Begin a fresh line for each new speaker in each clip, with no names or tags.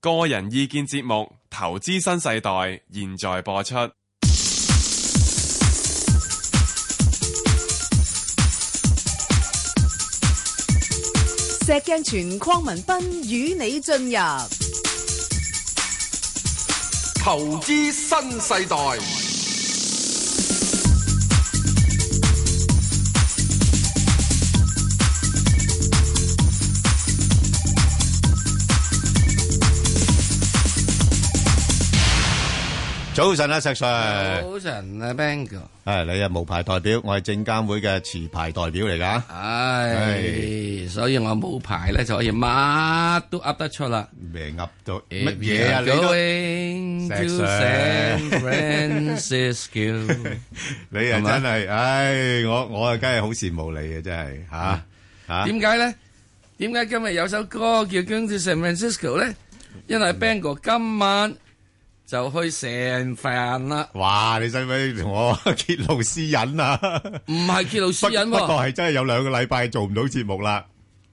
個人意見節目《投資新世代》，現在播出。
石鏡泉鄺民彬與你進入
投資新世代。
早晨啊，石Sir。
早晨啊，Bang 哥，
係，你係無牌代表，我係證監會嘅持牌代表嚟㗎。
唉，所以我冇牌咧就可以乜都噏得出啦。
唉，咩噏到-乜嘢啊，你都-
Going to
石 Sir
San Francisco，
你啊，
係咪？
真係，唉，我-我啊，梗係好羨慕你啊，真係，吓，吓。
點解咧？點解今日有首歌叫 Going to San Francisco 咧？因為 Bang 哥今晚就去 San Fran 啦，
哇，你使唔使同我 揭露私隱啊？
唔係揭露 私隱
不-
喎，
不過係真係有兩個禮拜做唔到節目啦。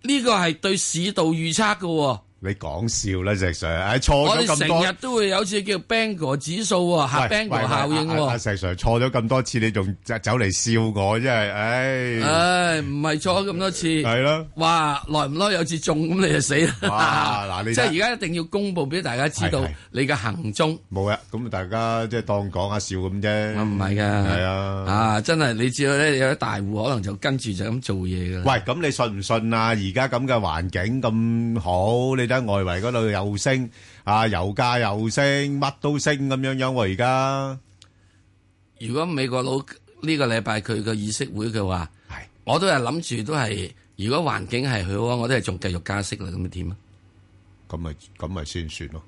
你講笑啦，石
呢個係對市道預測嘅喎。
Sir，唉，錯咗
我哋
咁多-
成日都會有次叫 Bang 哥指數喎，
喂，
嚇 Bang
喂，
哥效應
阿-阿-
喎。
阿石Sir，錯咗咁多次，你仲走-走嚟笑我，真係，唉。
唉，唔係錯咗咁多次。
係咯。
哇，耐唔耐有次中咁你就死啦！
哇嗱你
即係而家一定要公佈俾大家知道
係係
你嘅行蹤，
冇啊，咁大家即係當講下笑咁啫。
我唔係㗎，
嗯係啊。
啊真係你知道咧，有啲大戶可能就跟住就咁做嘢㗎啦。
喂，咁你信唔信啊？而家咁嘅環境咁好，你睇外圍嗰度又升，啊油價又升，乜都升咁樣樣喎。而家
如果美國佬呢個禮拜佢個議息會嘅話，
係
我都係諗住都係，如果環境係好啊，我都係仲繼續加息啦，咁咪點啊？
咁咪咁咪先算咯。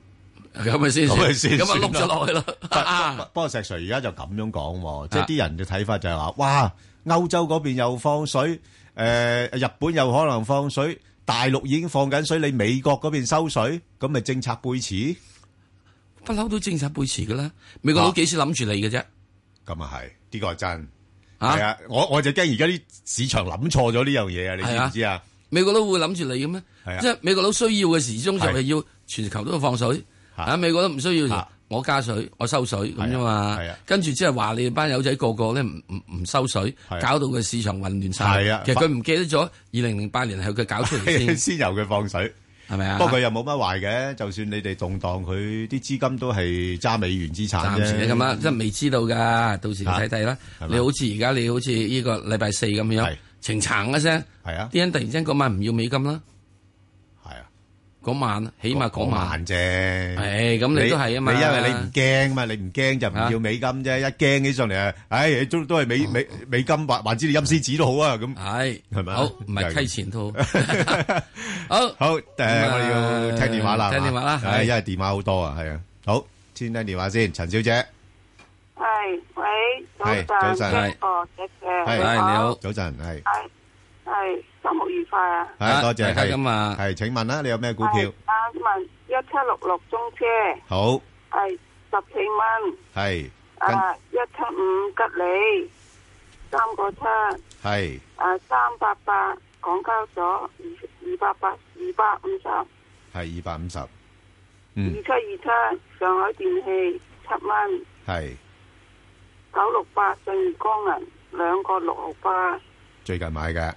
咁咪先
咁
算，
咪先
咁
算
咪
啦
碌咗落去咯。
不
啊
不過石 Sir 而家就咁樣講喎，即係啲人嘅睇法就係話，哇，歐洲嗰邊又放水，誒日本又可能放水，大陸已經放緊水，你美國嗰邊收水，咁咪政策背馳？
不嬲都政策背馳㗎啦，美國佬
啊
幾時諗住你嘅啫？
咁啊係，呢個係真。
啊
係啊，我我就驚而家啲市場諗錯咗呢樣嘢啊！你知唔知啊？
美國佬會諗住你嘅咩
係啊？
即係美國佬需要嘅時鐘就係要全球都放水，
嚇
啊美國佬唔需要就
嚇
我加水，我收水咁啫嘛
係啊。
跟住即係話你班友仔個個咧唔唔唔收水，
係啊
搞到個市場混亂晒。
係啊
其實佢唔記得咗二零零八年係佢搞出嚟 先，
先由佢放水，
係咪啊？
不過佢又冇乜壞嘅。就算你哋動盪，佢啲資金都係揸美元資產啫。
暫時你咁啦，即係未知道㗎，到時
啊嚇
睇睇啦
係。嘛
你好似而家你好似呢個禮拜四咁
係
樣，情撐一聲，
係啊，
啲人突然之間嗰晚唔要美金啦，
係啊，
嗰晚起碼嗰晚，
啫。
誒咁你都係啊嘛。
你因為你唔驚嘛，你唔驚就唔要美金啫。一驚起上嚟啊，唉，都都係美美美金，還還之你陰司紙都好啊。咁
系
係咪啊
好唔
就係
係
咁
溪 錢都 好好
好，誒，
咁啊，
我哋要聽電話啦，
聽
係嘛？
電話啦，
係，
係。
因為電話好多啊，係啊。好，先聽電話先，陳小姐。
系，喂，早
係
晨，
早晨
邊個嘅
係
嘅，
係
啊
你好
早晨，係。
系系周末愉快啊！
係，
啊，
多謝，
大家
係。
咁啊。
係，請問啦，你有咩股票？
係啊，問一七六六中車系十四蚊，
好，係，跟-
啊一七五吉利三個七，啊三八八港交所二二百八二百五十，二
係，係250嗯，
七二七上海電器七蚊，九六八信義光銀兩個六毫八，
嗯，係，最近買嘅，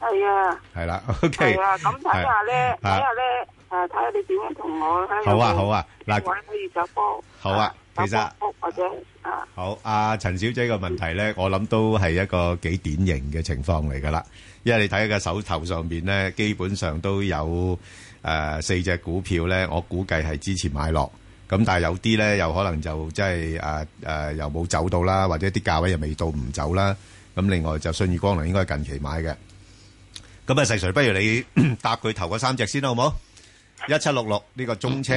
係啦，
係啊。
OK，
系啊，咁睇下咧，
係啊
睇下咧，诶，睇下你點樣同我喺
好啊好啊嗱
位可以走波，
好啊
走
其實
波或者 啊，
好，阿陳小姐個問題呢，我諗都係一個幾典型嘅情況嚟㗎啦，因為你睇佢嘅手頭上邊呢，基本上都有，呃，四隻股票呢，我估計係支持買落，咁但係有啲呢，有可能就即係，呃，呃，又冇走到啦，或者啲價位又未到唔走啦，咁另外就信義光能應該係近期買嘅。咁啊，石Sir，不如你答佢頭嗰三隻先啦，好冇？1766呢個中車，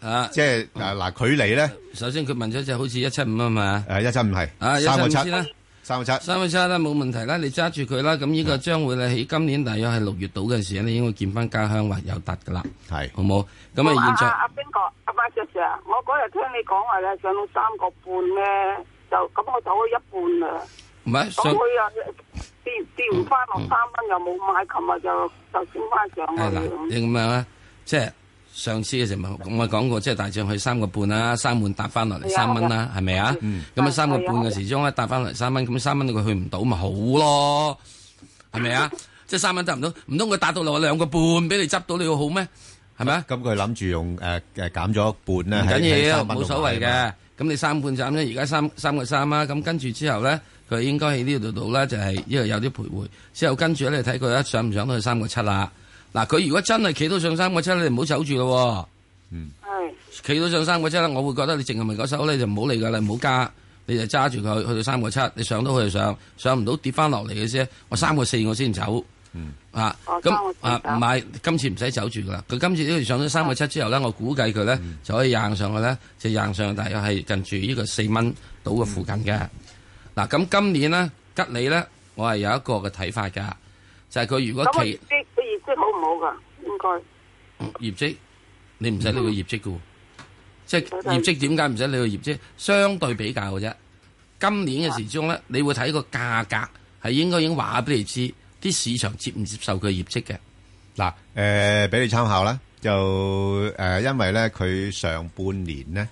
啊！
即係，呃，嗱，距離呢，
首先佢問咗只好似一七五啊嘛，
诶，一七五系，
啊一七
三個
五
七
先啦，
三個七，
三蚊七啦，冇問題啦，你揸住佢啦。咁呢
啊
個將會咧喺今年大約係六月度嘅時候咧，應該見翻家鄉或有突噶啦，
係
好冇？咁
阿
啊，現在
阿邊個阿馬 Sir 啊，我嗰日聽你講話咧上到三個半咧，就咁我走咗一半啦，
唔係
咁
上嗯
佢又跌跌唔翻落三蚊，又冇買，琴日就就升翻上
係
去
嗱，
咁。啊嗯
啊你咁樣啦，即係上次嘅時候，我講過，即係大漲去三個半啦，三蚊搭翻落嚟
嗯係啊嗯
三蚊啦，係咪啊？咁啊，三個半嘅時鐘一搭翻落嚟三蚊，咁三蚊佢去唔到咪好咯？係咪啊？即係三蚊得唔到，唔通佢打到落兩個半俾你執到你好咩？係咪啊？
咁佢諗住用，誒，誒，減咗一半咧，
唔
喺-
緊要，
喺三蚊
冇
度
所謂
買啊嘛。
嘅。咁你三半斬啫，而家三三個三啦。咁跟住之後咧，佢應該喺呢度度咧，就係因為有啲徘徊。之後跟住咧，你睇佢一上唔上到去三個七啦。嗱，佢如果真係企到上三個七，你唔好走住咯喎。
係
企到上三個七咧，我會覺得你淨係咪嗰手咧就唔好理㗎啦，唔好加，你就揸住佢去到三個七，你上到去就上，上唔到跌翻落嚟嘅啫。我三個四我先走。啊，
哦
咁
三個四
啊
走
唔係，今次唔使走住噶啦。佢今次呢度上咗三個七之後咧，我估計佢咧就可以硬上去咧，就硬上大約係近住呢個四蚊到嘅附近嘅。嗱，咁今年咧吉利咧，我係有一個嘅睇法㗎，就係佢如果
咁個業
期
績個業績好唔好噶？應該
業績，你唔使理佢業績㗎喎，即係業績點解唔使理佢業績？相對比較嘅啫。今年嘅時鐘咧，你會睇個價格係應該已經話俾你知，啲市場接唔接受佢業績嘅。
嗱，誒，俾你參考啦，就，誒，因為咧，佢上半年咧，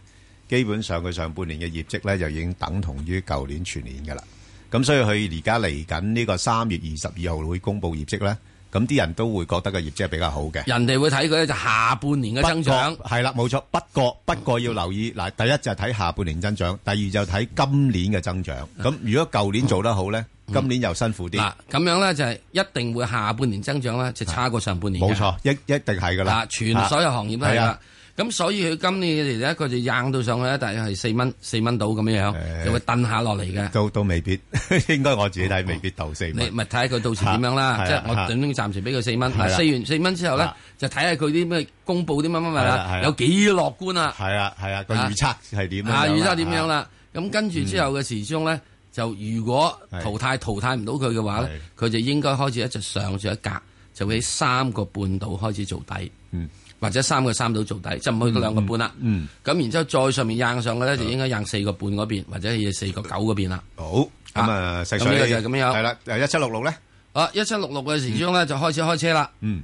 基本上佢上半年嘅業績咧，就已經等同於舊年全年㗎啦。咁所以佢而家嚟緊呢個3月23以後會公布業績咧，咁啲人都會覺得個業績係比較好嘅。
人哋會睇佢咧就下半年嘅增長，
不過-係啦，冇錯，不過-不過要留意，嗱，第一就係睇下半年增長，第二就睇今年嘅增長。咁如果舊年做得好咧，今年又辛苦啲。
嗱咁樣咧就係一定會下半年增長咧就差過上半年嘅
冇錯，一一定係噶啦
啊，，全所有行業都係
係
啦
啊。
咁所以佢今年嚟咧，佢就硬到上去咧，大約係四蚊四蚊到咁樣樣，
誒
就會蹬下落嚟嘅。
都都未必， 應該我自己睇未必到四
你
蚊。
咪睇下佢到時點樣啦，
嚇
即係
啊
我
係啊
頂多暫時俾佢四蚊。
係啦
四完四蚊之後咧
嚇，
就睇下佢啲咩公佈啲乜乜乜
係啦係
啦，
啦
有幾樂觀啊！
係啊係啊，個
啊
預測係點樣嗯
啊，
樣
預測點樣？啦？咁跟住之後嘅時鐘咧，就如果淘汰淘汰唔到佢嘅話咧，佢就應該開始一直上住一格，就會喺三個半度開始做底，
嗯
或者三個三度做底，就唔去到兩個半啦。
嗯，啊
咁然之後再上面硬上嘅咧，就應該硬四個半嗰邊，或者係四個九嗰邊啦。
好咁啊，細
咁呢個
水
就係咁樣
係啦，誒一七六六咧，
好，一七六六嘅時鐘咧就開始開車啦。
嗯，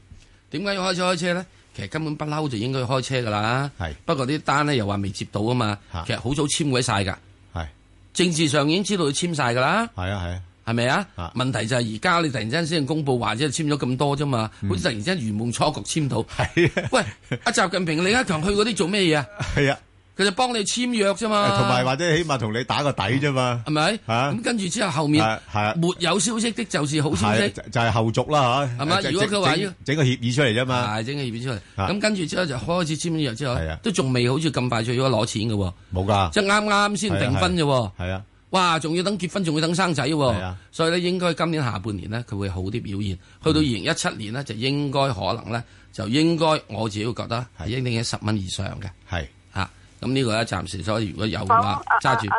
點解要開始開車咧？其實根本不嬲就應該開車噶啦。
係
不過啲單咧又話未接到啊嘛，
嚇
其實好早簽鬼晒㗎。
係
政治上已經知道佢簽晒㗎啦。
係啊係啊，
係咪啊
啊？
問題就係而家你突然之間先公佈話即係簽咗咁多啫嘛，好似突然之間圓夢初局簽到。
嗯係啊
喂，阿習近平、李克強去嗰啲做咩嘢啊？
係啊，
佢就幫你簽約啫嘛。
同埋或者起碼同你打個底啫嘛
係，咪？
啊
咁跟住之後後面
係係啊
沒有消息的就是好消
係啊
息，
就就係後續啦嚇。
係嘛
就
如果
整
佢話
整
要
整個協議出嚟啫嘛，
係整個頁面出嚟。
啊
咁跟住之後就開始簽咗約之後
係啊，
都仲未好似咁快脆咗攞錢嘅喎，
冇㗎，
即係啱啱先訂婚啫喎。
係啊
哇！仲要等結婚，仲要等生仔喎、
係啊嗯
所以咧，應該今年下半年咧，佢會好啲表現。去到二零一七年咧，就應該可能咧，就應該我自己會覺得係
係
應定喺十蚊以上嘅
係。
嚇。咁、呢個咧暫時，所以如果有嘅
咁
話，
啊
揸住
啊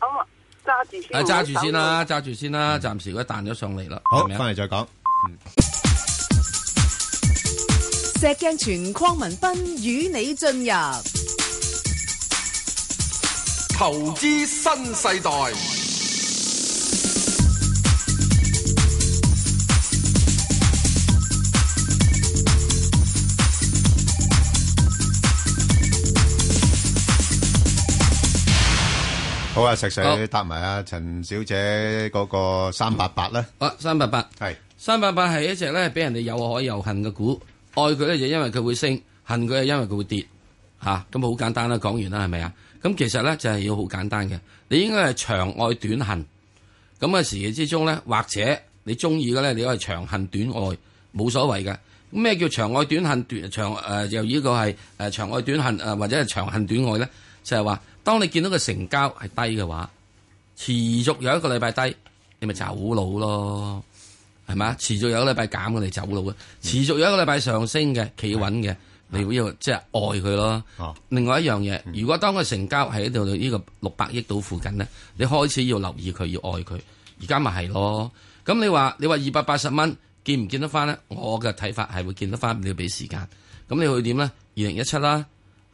啊咁啊揸住先，
啊揸住先啦，。揸住先啦。暫時如果彈咗上嚟啦，
嗯好，
係咪啊
翻嚟再講。
石鏡泉匡文斌與你進入
投資新世代，
好啊，石 Sir，
好
你答埋啊，陳小姐嗰個三八八啦，
好三八八，
係
三八八係一隻咧俾人哋又愛又恨嘅股，愛佢咧就因為佢會升，恨佢係因為佢會跌，吓咁好簡單啦，講完啦係咪啊？咁其實咧就係要好簡單嘅，你應該係長愛短恨，咁嘅時期之中咧，或者你中意嘅咧，你可以長恨短愛，冇所謂嘅。咁咩叫長愛短恨短長誒、呃？又呢個係誒長愛短恨誒、呃或者係長恨短愛咧，就係、話當你見到個成交係低嘅話，持續有一個禮拜低，你咪走佬咯。係嘛？持續有一個禮拜減嘅，你走佬嘅；持續有一個禮拜上升嘅，企穩嘅，你會要即係愛佢咯。
哦
另外一樣嘢，如果當佢成交喺度呢個六百億度附近咧，你開始要留意佢，要愛佢。而家咪係咯。咁你話你話二百八十蚊見唔見得翻咧？我嘅睇法係會見得翻，你要俾時間。咁你去點咧？二零一七啦，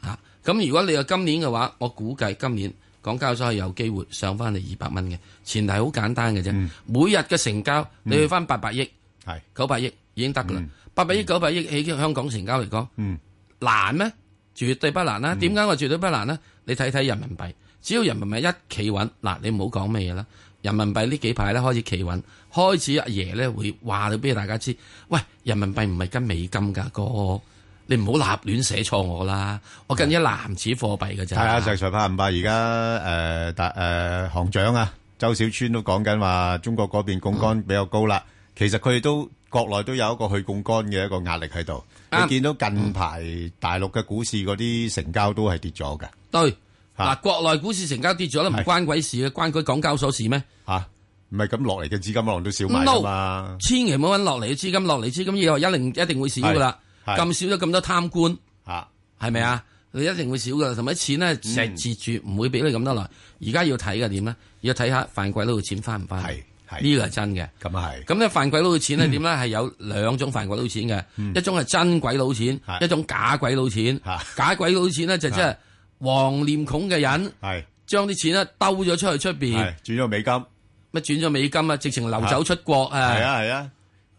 嚇。咁如果你話今年嘅話，我估計今年港交所係有機會上翻嚟二百蚊嘅。前提好簡單嘅啫，每日嘅成交你去翻八百億、
嗯係
九百億已經得㗎啦。八百億、九百億喺香港成交嚟講，
嗯
難咩？絕對不難啦。點解我絕對不難呢？你睇睇人民幣，只要人民幣一企穩，嗱，你唔好講咩嘢啦。人民幣呢幾排咧開始企穩，開始阿爺咧會話到俾大家知，喂，人民幣唔係跟美金㗎哥，你唔好立亂寫錯我啦。我跟一籃子貨幣㗎咋。
睇下石 Sir 怕唔怕而家誒大誒行長啊，周小川都講緊話中國嗰邊槓桿比較高啦。其實佢哋都國內都有一個去槓桿嘅一個壓力喺度。你
啱
見到近排大陸嘅股市嗰啲成交都係跌咗嘅
對，
嚇
嗱，國內股市成交跌咗啦，唔
係
關鬼事嘅，關佢港交所事咩？
嚇，唔係咁落嚟嘅資金浪都少埋㗎嘛。
千祈唔好揾落嚟嘅資金，落嚟資金以後一定一定會少噶啦。
係係
咁少咗咁多貪官，
嚇
係咪
嗯
啊？你一定會少噶啦，同埋錢咧石截住，唔會俾你咁多來。而家要睇嘅點咧？要睇下犯鬼佬嘅錢翻唔翻？
係係嗯
呢個係真嘅。
咁啊係
咁咧犯鬼佬嘅錢咧點咧？係有兩種犯鬼佬錢嘅，一種係真鬼佬錢，
係
一種假鬼佬錢
嗯嚇。
假鬼佬錢咧就即係黃臉孔嘅人
係
將啲錢咧兜咗出去出邊
係，轉咗美金係
乜轉咗美金啊，直情流走出國啊！
啊係啊，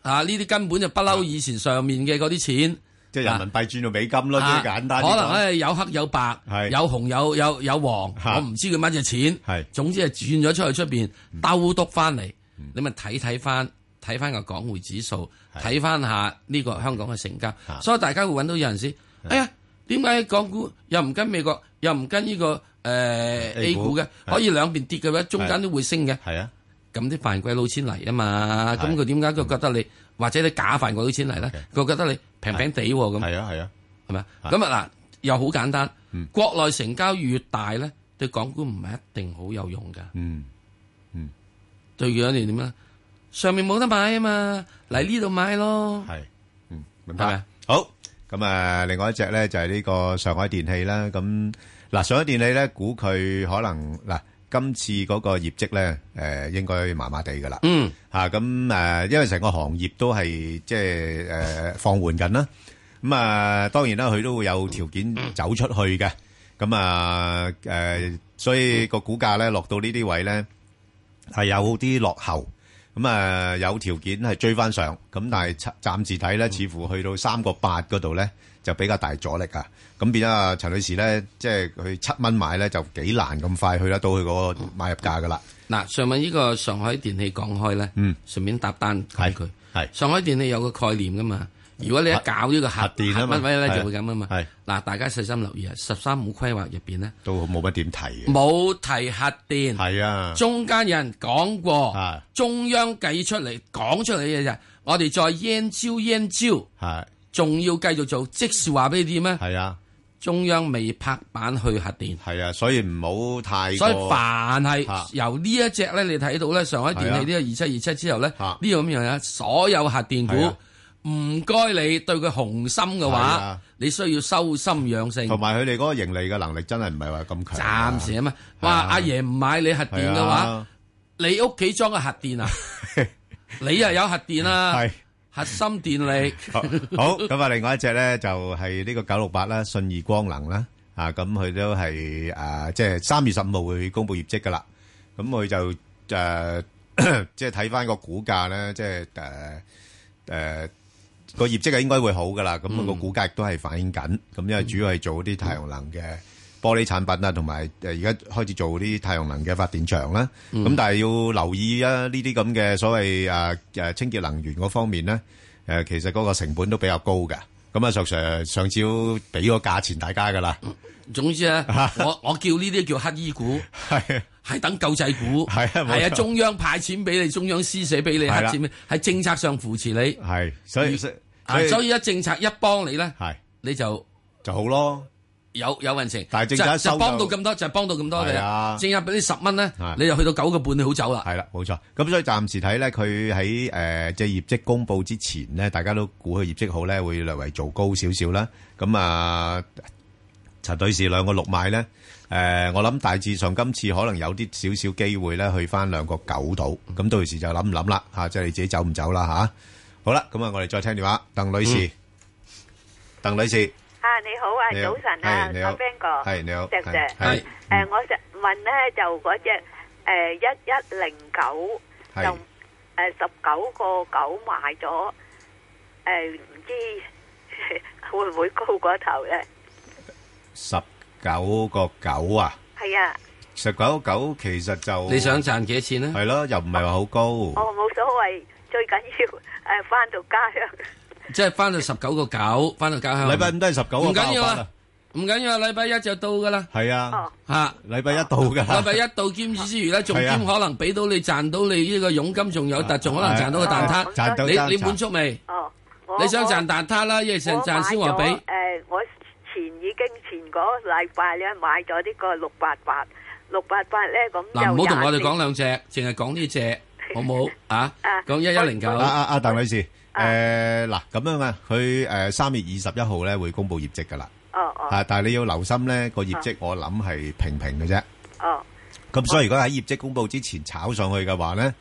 啊！呢啲根本就不嬲以前上面嘅嗰啲錢，
即係人民幣轉到美金咯，
啊
最簡單啲
可
講
能咧有黑有白
係，
有紅有有有黃，
嚇
我唔知佢乜嘢錢。
係嗯
總之係轉咗出去出邊兜篤翻嚟，你咪睇睇翻睇翻個港匯指數，
係
睇翻下呢個香港嘅成交
嚇，
所以大家會揾到有陣時，哎呀，點解港股又唔跟美國，又唔跟呢個誒 A
股
股嘅，
係
可以兩邊跌嘅話，中間都會升嘅。
係啊。
咁啲犯鬼佬錢嚟啊嘛，
係嗯
咁佢點解佢覺得你或者你假犯鬼佬錢嚟咧？佢覺得你平平地喎咁，
係啊係啊，
係咪啊？
係嗯
咁啊嗱，又好簡單，國內成交越大咧，對港股唔係一定好有用噶。
嗯
對佢一年點咧？上面冇得買啊嘛，嚟呢度買咯。
係，嗯明白
係咪啊。
好，咁啊，另外一隻咧就係呢個上海電器啦。咁嗱，上海電器咧，估佢可能嗱，今次嗰個業績咧，誒應該麻麻地噶啦。
嗯，
吓咁誒，因為成個行業都係即係誒放緩緊啦。咁啊，當然啦，佢都會有條件走出去嘅。咁啊誒，所以個股價咧落到呢啲位咧係有啲落後。咁啊有條件係追翻上，咁但係暫暫時睇咧，似乎去到三個八嗰度咧就比較大阻力啊！咁變咗啊，陳女士咧，即係佢七蚊買咧就幾難咁快去得到佢嗰個買入價噶啦。
嗱，上面呢個上海電器講開咧，
嗯
順便搭單睇佢。
係
上海電器有個概念噶嘛，如果你一搞呢個核
核電啊嘛
乜位咧
係
就會咁啊嘛。
係
嗱，大家細心留意啊，十三五規劃入邊咧。
都冇乜點提嘅。
冇提核電，
係啊，
中間有人講過
啊，
中央計出嚟講出嚟嘅嘢就係我哋再 yen 招 yen 招，
係
仲要繼續做，即是話俾你知咩？
係啊，
中央未拍板去核電，
係啊，所以唔好太過
所以凡係
啊
由呢一隻咧，你睇到咧上海電
係啊
器呢個二七二七之後咧，呢
啊
個咁樣嘢，所有核電股
係啊
唔該你對佢雄心嘅
係
話
啊，
你需要修心養性。
同埋佢哋嗰個盈利嘅能力真係唔係話咁強啊。
暫時啊嘛，
係
哇！
啊
阿爺唔買你核電
係
嘅話。
啊，
你屋企裝嘅核 電啊？你又有核電啦、
係。
核心電 力。
好好，咁啊，另外一隻咧就係呢個九六八啦，信義光能啦，啊，咁佢都係誒，即係三月十五號會公布業績噶啦，咁佢就誒，即係睇翻個股價咧，即係誒誒個業績係應該會好噶啦，咁個股價亦都係反映緊，咁因為主要係做啲太陽能嘅玻璃產品啦，同埋誒而家開始做啲太陽能嘅發電場啦，咁但係要留意啊，呢啲咁嘅所謂誒誒清潔能源嗰方面咧。誒、呃其實嗰個成本都比較高嘅。咁啊，石 Sir 上次都俾個價錢大家噶啦，
嗯總之咧，
啊
我我叫呢啲叫乞衣股，
係
係等救濟股，
係啊冇錯
係啊，中央派錢俾你，中央施捨俾你，
係
黑
啦
錢俾喺政策上扶持你。
係，所以所
啊
以
所以一政策一幫你咧，
係
你就
就好咯，
有有運程。
但係政策一
就
收
就幫到
就
咁多，就幫到咁多你
係啊
政策俾你十蚊咧
係，
你就去到九個半，你好走啦。
係啦，冇錯。咁所以暫時睇咧，佢喺誒即係業績公佈之前咧，大家都估佢業績好咧，會略為做高少少啦。咁啊，陳女士兩個六買咧，誒、我諗大致上今次可能有啲少少機會咧，去翻兩個九度。咁到時就諗唔諗啦嚇，即係你自己走唔走啦嚇、好啦，咁啊，我哋再聽電話，鄧女
嗯
士，鄧女士，
啊，你好啊，
你好
早晨啊
係，你好
阿 Ben 哥，
係嗯你好，
石 Sir，
係
係
誒，我想問咧就嗰只誒一一零九就
係
誒十九個九買咗，誒唔知
會唔會高過頭咧？
19.9啊？
係啊，
19.9其實就-
你想賺幾 多錢咧？
係咯，又唔係話好高。
我哦冇所謂，最緊要誒翻到家鄉。
即係翻到十九個九，翻到家鄉。
禮拜五都係19
唔
個
緊要
包法啊。
啊，唔緊要啊，禮拜一就到噶啦
係啊，
哦，
嚇。
禮拜一到㗎。
禮拜一到兼之餘咧，仲
係啊啊
兼可能俾到你賺到你呢個佣金，仲有但仲可能賺到個蛋
啊
撻。
賺到
你你
餐
滿足未？
哦，我
你想賺蛋撻啦，一係
我
賺先話俾。
誒、我前已經前嗰禮拜咧買咗呢個六八八，六八八咧咁
嗱，唔好同我哋講
啦。
兩隻，淨係講呢隻，好冇啊
啊？
講一一零九，
啊，啊，啊，鄧女士，
啊。
誒，嗱，咁樣啊，佢，誒，3月21號呢會公布業績㗎啦。
哦哦
啊，但係你要留心呢，個業績我諗係平平嘅啫。
哦，
咁所以如果喺業績公佈之前炒上去嘅話咧，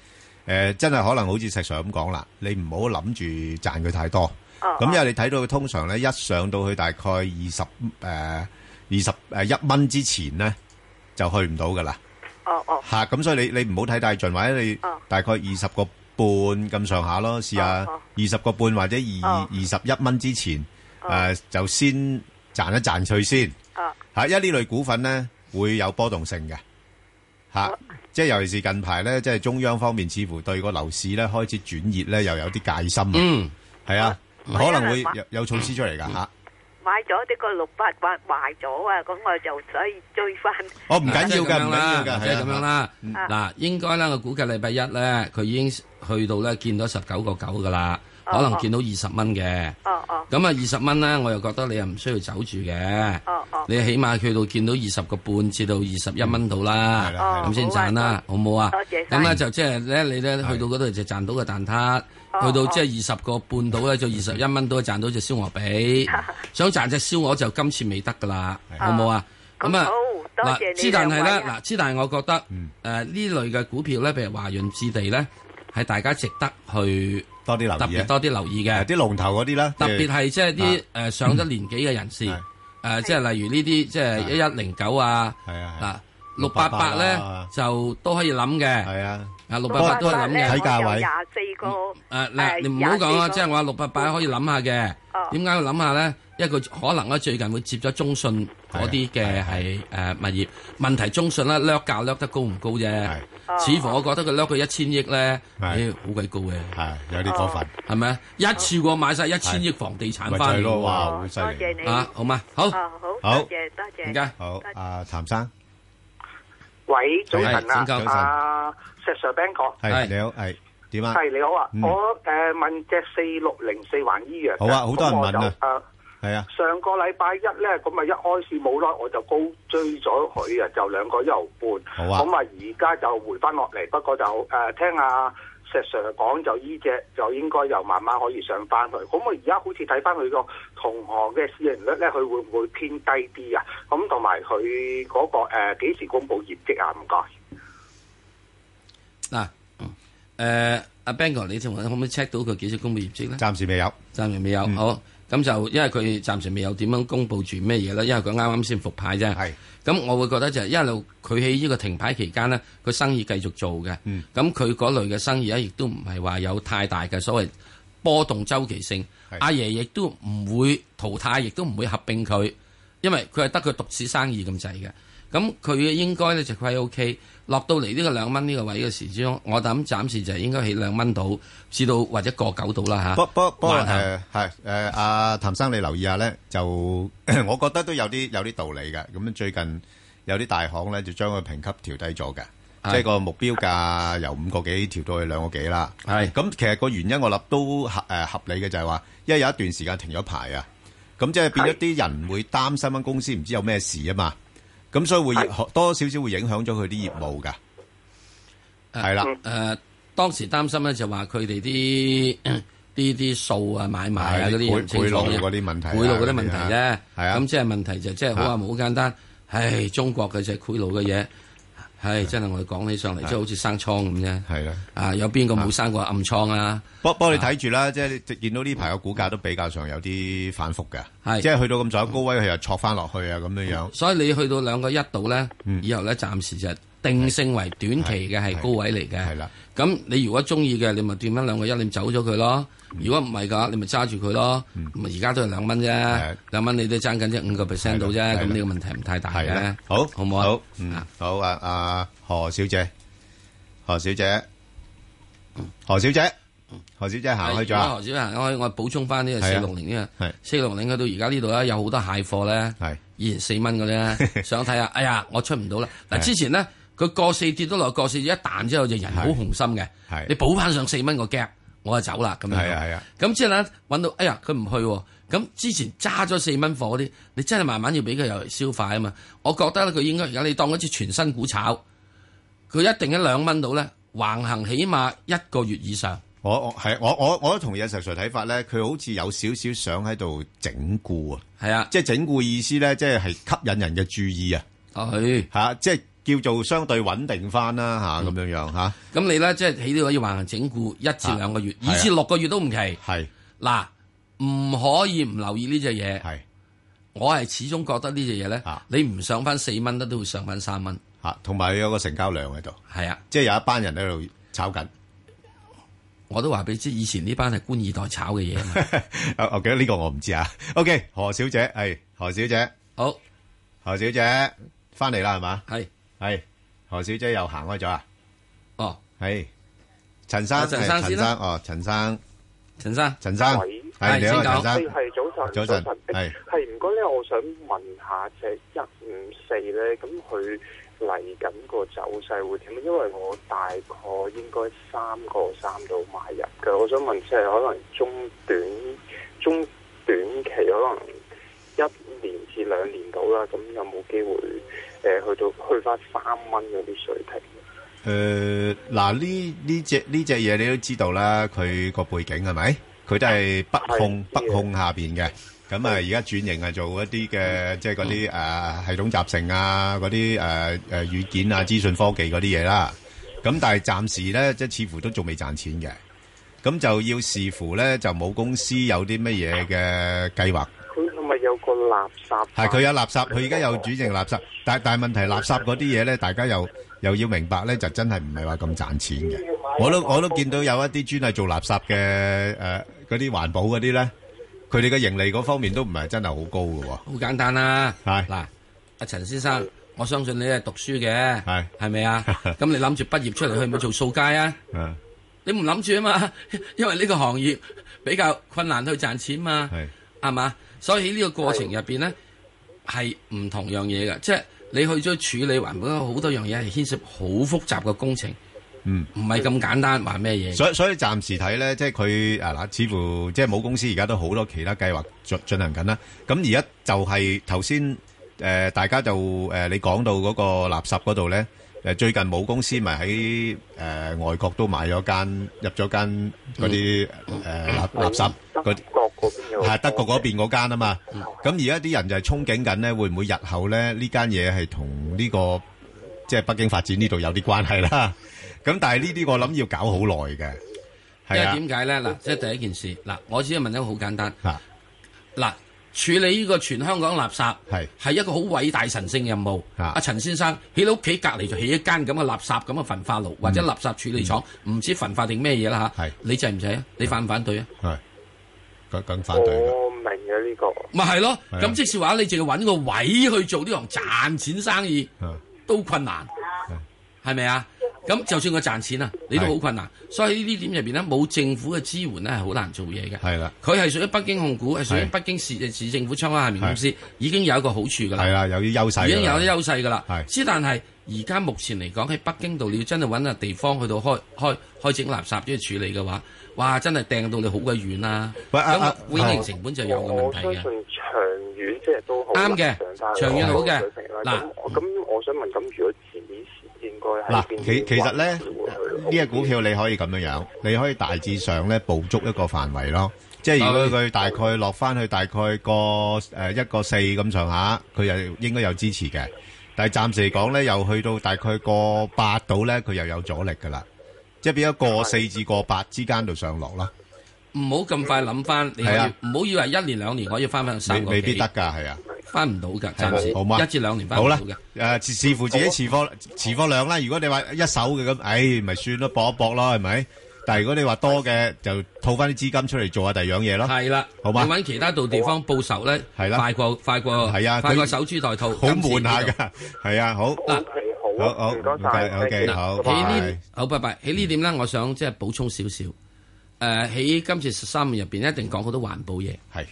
誒、真係可能好似石 Sir 咁講啦，你唔好諗住賺佢太多。
哦
咁、因為你睇到佢通常咧一上到去大概二十誒呃二十誒一蚊之前咧，就去唔到噶啦
哦哦
嚇。咁、所以你你唔好睇太盡，或者你
哦
大概二十個半咁上下咯，試下
哦
二十個半或者二
哦
二十一蚊之前誒、呃
哦
就先賺一賺佢先。
哦
吓，因為呢類股份咧會有波動性嘅吓，即係尤其是近排咧，即係中央方面似乎對個樓市咧開始轉熱咧，又有啲戒心啊，
嗯，
係啊，
啊
可能會
係啊
有有措施出嚟㗎吓。
買咗呢個六八八賣咗啊，咁我就所以追翻。
哦，唔緊要
即係
㗎，
咁樣
唔緊要
啦
㗎，嗯
即係咁樣啦。
啊
嗱，應該啦，我估計禮拜一咧，佢已經去到咧見到十九個九噶啦，
哦
可能見到二十蚊嘅。
哦哦
咁啊，二十蚊咧，我又覺得你又唔需要走住嘅。
哦哦
你起碼去到見到二十個半至到二十一蚊度
嗯
啦
係，啦
哦，
咁先賺啦，好唔好啊
多謝？晒哦
咁咧就即係咧，你咧去到嗰度就賺到個蛋撻，去到即係二十個半度咧，就二十一蚊度賺到隻燒鵝髀。 想賺隻燒鵝就今次未得噶啦，好唔好啊？
咁
咁啊
好，多謝
嗱，
你
之但係
兩位
咧，
啊
嗱，之但係我覺得誒
嗯
呢類嘅股票咧，譬如華潤置地咧，係大家值得去
多啲留
特
意
別
啊，
多啲留意
誒。
嘅
啲龍頭嗰啲啦，
特別
係
係即係啲誒上咗年紀嘅人士，
係
誒即係例如呢啲即係一一零九啊，
係啊係
嗱
啊
六八八咧
啊
就都可以諗嘅，
係啊，
啊六八八都可以諗
咧
嘅，
睇價位
廿四個
誒嗱你唔好講啊，即係我話六八八可以諗下嘅
哦，
點解要諗下咧？因為佢可能咧最近會接咗中信嗰啲嘅係誒物業，問題中信咧掠價掠得高唔高啫？
係
似乎我覺得佢掠佢一千億咧，
係
誒好鬼高嘅，
係有啲過分，
係咪啊？一次過買晒一千億房地產
咪就
翻
係
嚟
咯，
喎。
哇，
哦
好犀
多謝
利，
你
啊，好嘛，好，
哦好，多
好
謝多謝
唔。該，
好，阿譚生
喂，早
係
晨啊
請教，
阿石 Sir Ben 哥，
係
係
你好，係點啊？
係你好啊，
嗯
我誒問只四六零四環醫藥嘅，
好啊好多人
咁我就
問啊係啊，
誒上個禮拜一咧，咁啊一開市冇耐我就高追咗佢啊，就兩個一毫半，
好啊
咁啊而家就回翻落嚟，不過就誒聽阿石 Sir 講就依只就應該又慢慢可以上翻去，咁我而家好似睇翻佢個同行嘅市盈率咧，佢會唔會偏低啲啊？咁同埋佢嗰個誒幾時公布業績啊？唔該。
嗱，嗯誒，阿 Bang 哥，你同我可唔可以 check 到佢幾時公布業績咧？
暫時未有，
暫時未
嗯
有，好，咁就因為佢暫時未有點樣公布住咩嘢咧，因為佢啱啱先復牌啫。
係
咁我會覺得就係一路佢喺呢個停牌期間呢，佢生意繼續做嘅。
嗯
咁佢嗰類嘅生意咧，亦都唔係話有太大嘅所謂波動周期性。
係
阿爺亦都唔會淘汰，亦都唔會合並佢，因為佢係得佢獨市生意咁滯嘅。咁佢應該咧就佢 O K，落到嚟呢個兩蚊呢個位嘅時之中，我諗暫時就應該喺兩蚊度至到或者過九度啦嚇。
不不不過
還行
誒係誒阿譚生你留意下咧，就 我覺得都有啲有啲道理嘅。咁最近有啲大行咧就將個評級調低咗嘅，
係
即係個目標價由五個幾調到去兩個幾啦。
係
咁其實個原因我諗都合誒合理嘅就係話，因為有一段時間停咗牌啊，咁即係變咗啲人會擔心間公司唔知有咩事啊嘛，咁所以會多少少會影響咗佢啲業務㗎，
誒嗯
係啦，
誒、呃當時擔心咧就話佢哋啲 啲啲數啊買賣啊
係
嗰啲
賄
唔清楚
賄賂
嘅
嗰啲問題啊
賄賂嗰啲問題咧，
係啊
咁即係問題就即係好話冇好簡單，唉，中國嘅就係賄賂嘅嘢，唉，真係我哋講起上嚟即係好似生瘡咁啫。
係啦。
啊，有邊個冇生過暗瘡啊？
不不過你睇住啦，即係你見到呢排個股價都比較上有啲反覆嘅，
係係。嗯
即係去到咁上下高位，佢又挫返落去啊，咁樣樣。
所以你去到兩個一度咧，
嗯
以後咧暫時就定性為短期嘅係高位嚟嘅。
係啦。
咁你如果中意嘅，你咪掂翻兩個一，你咪走咗佢咯。
嗯
如果唔係㗎，你咪揸住佢咯。咪而家都係兩蚊啫
係，
兩蚊你都爭緊啫五個 percent 到啫。
係啦係
咁
啦
呢個問題唔太大嘅。
係啦，好，
好唔好啊？
好，嗯，
啊。
好，啊，啊，何小姐，何小姐，
嗯
何小姐，何小姐行開咗啊？
如果何哎小姐行開，我補充翻呢個
係
四
啊
六零呢個
係
四六零去到而家呢度咧，有好多蟹貨咧。以前四蚊 嘅咧，想睇下，哎呀，我出唔到啦。嗱，
係
之前咧佢過四跌咗落過四，一彈之後就人好雄心嘅
係，
你補翻上四蚊個 gap，我就走啦咁樣。
係啊係啊。
咁之後咧揾到，哎呀，佢唔去喎。咁之前揸咗四蚊貨嗰啲，你真係慢慢要俾佢有消化啊嘛。我覺得咧，佢應該而家你當一支全新股炒，佢一定一兩蚊到咧，橫行起碼一個月以上。
係，我-我-係，我-我-我都同意阿石Sir睇法呢，佢好似有少少想喺度整固啊，即係整固意思呢，即係係吸引人嘅注意啊，嚇，即係叫做
係啊，
啊
係。
相對穩定返啦，嚇，咁樣樣，嚇，係，
咁你咧即係起呢個要橫行整固一至兩個月，
啊
二至六個月都唔奇。嗱，唔可以唔留意呢只嘢。
係
我係始終覺得呢只嘢咧
啊，
你唔上翻四蚊咧，都會上翻三蚊。
吓，同埋有個成交量喺度，
係啊，
即係有一班人喺度炒緊。
我都話俾你知，以前呢班係官二代炒嘅嘢啊 嘛。
我我記得呢個我唔知啊。OK，何小姐係何小姐，
好，
何小姐翻嚟啦係嘛？
係
係何小姐又行開咗啊？
哦，
係陳生，
啊陳生
係陳
先啦
生哦，陳生，
陳生，
陳生
喂
啊係你好，
係請
陳
講
生
係早晨，
早晨係
係唔該咧，我想問下隻一五四咧，咁佢嚟緊個走勢會點？因為我大概應該三個三度買入嘅，我想問即係可能中短中短期可能一年至兩年到啦，咁有冇機會誒、呃去到去翻三蚊嗰啲水平？
誒呃嗱呢呢只呢只嘢你都知道啦，佢個背景係咪？佢都係北控
係
北控下邊嘅，咁啊而家轉型係做一啲嘅即係嗰啲誒系統集成啊，嗰啲誒誒軟件啊、資訊科技嗰啲嘢啦。咁但係暫時咧，即係似乎都仲未賺錢嘅，咁就要視乎咧就冇公司有啲乜嘢嘅計劃。
佢係咪有個垃圾？
係佢有垃圾，佢而家有主營垃圾，但但係問題垃圾嗰啲嘢咧，大家又又要明白咧，就真係唔係話咁賺錢嘅。我都我都見到有一啲專係做垃圾嘅誒嗰啲環保嗰啲咧，佢哋嘅盈利嗰方面都唔係真係好高嘅喎。
好簡單啦。
係
嗱，阿陳先生，我相信你係讀書嘅，
係
係 咪啊？咁你諗住畢業出嚟去唔去做掃街啊？
嗯，
你唔諗住啊嘛， 因為呢個行業比較困難去賺錢嘛。
係
係嘛？所以喺呢個過程入邊咧，係唔同樣嘢嘅，即係你去咗處理環保好多樣嘢係牽涉好複雜嘅工程，
嗯，
唔係咁簡單話咩嘢。
所以所以暫時睇咧，即係佢啊嗱，似乎即係冇公司而家都好多其他計劃進進行緊啦。咁而家就係頭先誒，大家就誒、呃你講到嗰個垃圾嗰度咧，誒、呃最近冇公司咪喺誒外國都買咗間入咗間嗰啲誒垃垃圾嗰啲。
德國嗰邊有
哦
係德國嗰邊嗰間啊嘛，
嗯
咁而家啲人就係憧憬緊咧，會唔會日後咧呢間嘢係同呢個即係北京發展呢度有啲關係啦？ 咁但係呢啲我諗要搞好耐嘅，
因
係啊
為點解咧？嗱，即係第一件事，嗱，我只係問一個好簡單，
啊，
嗱，處理呢個全香港垃圾
係
係一個好偉大神聖任務。
啊
阿陳先生喺你屋企隔離就起一間咁嘅垃圾咁嘅焚化爐或者垃圾處理廠，唔知焚化定咩嘢啦嚇
嗯係。
你制唔制啊？你反唔反對啊？
係咁咁反對啦，
我明嘅呢個。
咪係咯，
係啊
咁即是話你淨係揾個位去做呢行賺錢生意
啊
都困難，係咪啊？咁就算佢賺錢啊，你都好
係
困難。所以呢啲點入邊咧，冇政府嘅支援咧係好難做嘢嘅。
係啦，
佢係屬於北京控股，係屬於
係
北京市呃市政府窗口下面公司，已經有一個好處㗎啦
係。啦，有啲優勢㗎啦，
已經有啲優勢㗎啦
係。
之但係而家目前嚟講喺北京度，你要真係揾個地方去到開開開整垃圾即係處理嘅話，哇！真係掟到你好鬼遠啦。
喂啊
咁
啊
會形成本就有個
我
問題
相
嘅
信。長遠即係都好
啱嘅長遠好嘅嗱
嗱，咁咁我想問，咁如果指示應該係
嗱，其其實咧，呢只股票你可以咁樣樣，你可以大致上咧捕捉一個範圍咯。即係如果佢大概落翻去大概個誒一個四咁上下，佢又應該有支持嘅。但係暫時嚟講咧，又去到大概個八度咧，佢又有阻力噶啦。即係變咗個四至個八之間度上落啦。
唔唔好咁快諗翻，你可以
係啊
唔好以為一年兩年可以翻翻三
未
個
未必
幾
得㗎，係啊。
翻唔到㗎，
係
暫時
好嘛
一至兩年翻
好
唔到
啦
嘅。，
誒視乎自己持貨持貨量啦。如果你話一手嘅咁，唉，咪算咯，搏一搏咯，係咪？但係如果你話多嘅，就套翻啲資金出嚟做下第二樣嘢咯。
係啦，
好嘛
你揾其他度地方報仇咧，
係啦
快過快過
係啊
快過
佢
守株待兔，
好悶下
㗎。
㗎，係啊，好，
嗱
啊
好好，唔該，OK，好，
喺
拜
呢。好拜拜。喺呢點咧，我想即係補充少少。誒，喺今次十三月入邊一定講好多環保嘢。
係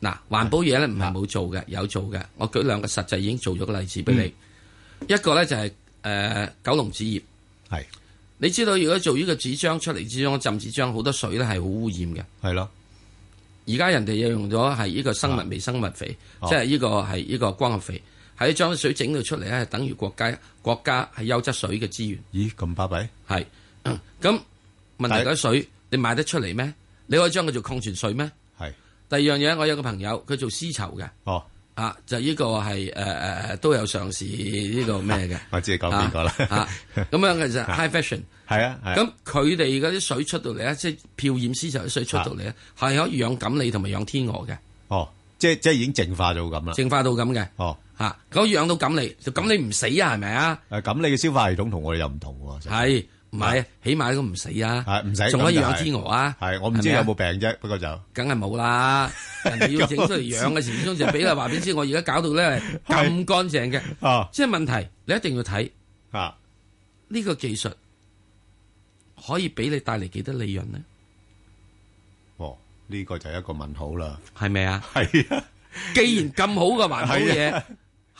嗱，環保嘢咧唔係冇做嘅，有做嘅。我舉兩個實際已經做咗個例子
嗯
俾你。一個咧就係誒九龍紙業，
係
你知道如果做呢個紙張出嚟紙張浸紙張好多水咧係好污染嘅。
係咯。
而家人哋又用咗係呢個生物微生物肥，
啊哦
即係呢個係呢個光合肥，喺將水整到出嚟咧，係等於國家國家係優質水嘅資源。
咦，咁巴閉？
係咁問
但
題
係
嗰啲水你賣得出嚟咩？你可以將佢做礦泉水咩？
係
第二樣嘢，我有個朋友佢做絲綢嘅，
哦，，
啊就呢個係誒誒誒呃都有上市呢個咩嘅
我知你講邊個啦
啊啊咁樣嘅就 high fashion。
係啊，係啊。
咁佢哋嗰啲水出到嚟啊咧，即係漂染絲綢嘅水出到嚟咧，係可以養錦鯉同埋養天鵝嘅。
哦，即即係已經淨化咗咁啦。
淨化到咁嘅。
哦，
吓，咁養到咁嚟，就咁你唔死啊？係咪啊？
誒，咁你嘅消化系統同我哋又唔同喎。
係唔係？起碼都唔死啊！
係啊唔使
仲可以
咁就係
養天鵝啊！
係，我唔知
係咪
有
啊
冇病啫，不過就
梗係冇 啦，人哋要整出嚟養嘅時始終就俾佢話俾你知，我而家搞到 咧咁乾淨嘅，
啊
即係問題，你一定要睇
啊，
呢個技術可以俾你帶嚟幾多利潤呢？
哦，呢個就係一個問號啦。
係咪 啊？
係啊，
既然咁好嘅環保
係啊
嘢，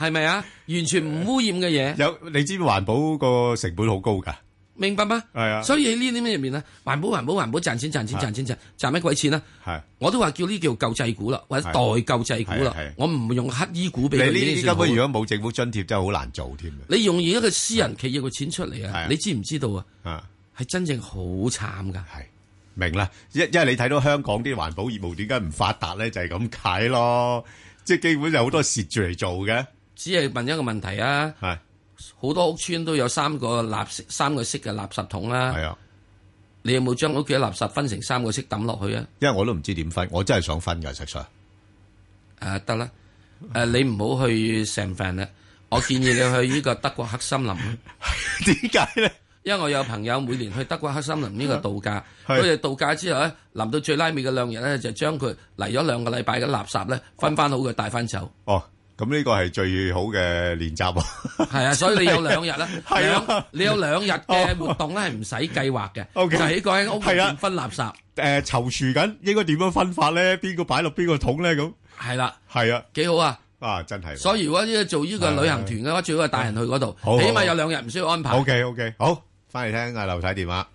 係咪啊？完全唔污染嘅 嘢，
有你知唔知環保個成本好高㗎？
明白嗎？
係啊
所以喺呢啲咩入面咧，環保環保環保賺錢賺錢賺錢賺賺乜鬼錢啊？
係。
我都話叫呢叫救濟股啦，或者代救濟股
係啊
啦
係啊。
我唔用乞衣股
你
俾
呢
佢已
啲
經算
根
好啊
本
啦
如果冇政府津貼，真係好難做添啊
你用而家嘅私人企業嘅錢出嚟
係啊
啊，你知唔知道啊？
啊！
係真正好慘噶。
係明啦，因因為你睇到香港啲環保業務點解唔發達咧，就係咁解咯。即係基本有好多蝕住嚟做嘅，
只係問一個問題啊，
係
好多屋村都有三個垃圾三個色嘅垃圾桶啦。
係啊。
你有冇將屋企嘅垃圾分成三個色抌落去啊？
因為我都唔知點分，我真係想分㗎，石 Sir。
誒啊得啦，誒你唔好去 San Fran 啦，我建議你去呢個德國黑森林，啊
點解咧？
因為我有朋友每年去德國黑森林 呢個度假，
係
佢哋度假之後咧，臨到最拉尾嘅兩日咧，就將佢嚟咗兩個禮拜嘅垃圾咧分翻好佢帶翻走。
哦，咁呢個係最好嘅練習喎。
係啊，所以你有兩日啦，
係啊
兩你有兩日嘅活動咧係唔使計劃嘅，
OK
就喺個喺屋入
係啊
邊分垃圾，
誒，躊躇緊應該點樣分法咧？邊個擺落邊個桶咧？咁
係啦，
係啊，
幾好啊！
啊，真係。
所以如果呢個做呢個旅行團嘅話，最好係帶人去嗰度，
好好
起碼有兩日唔需要安排
O。K O K，好，翻嚟聽阿劉太電話。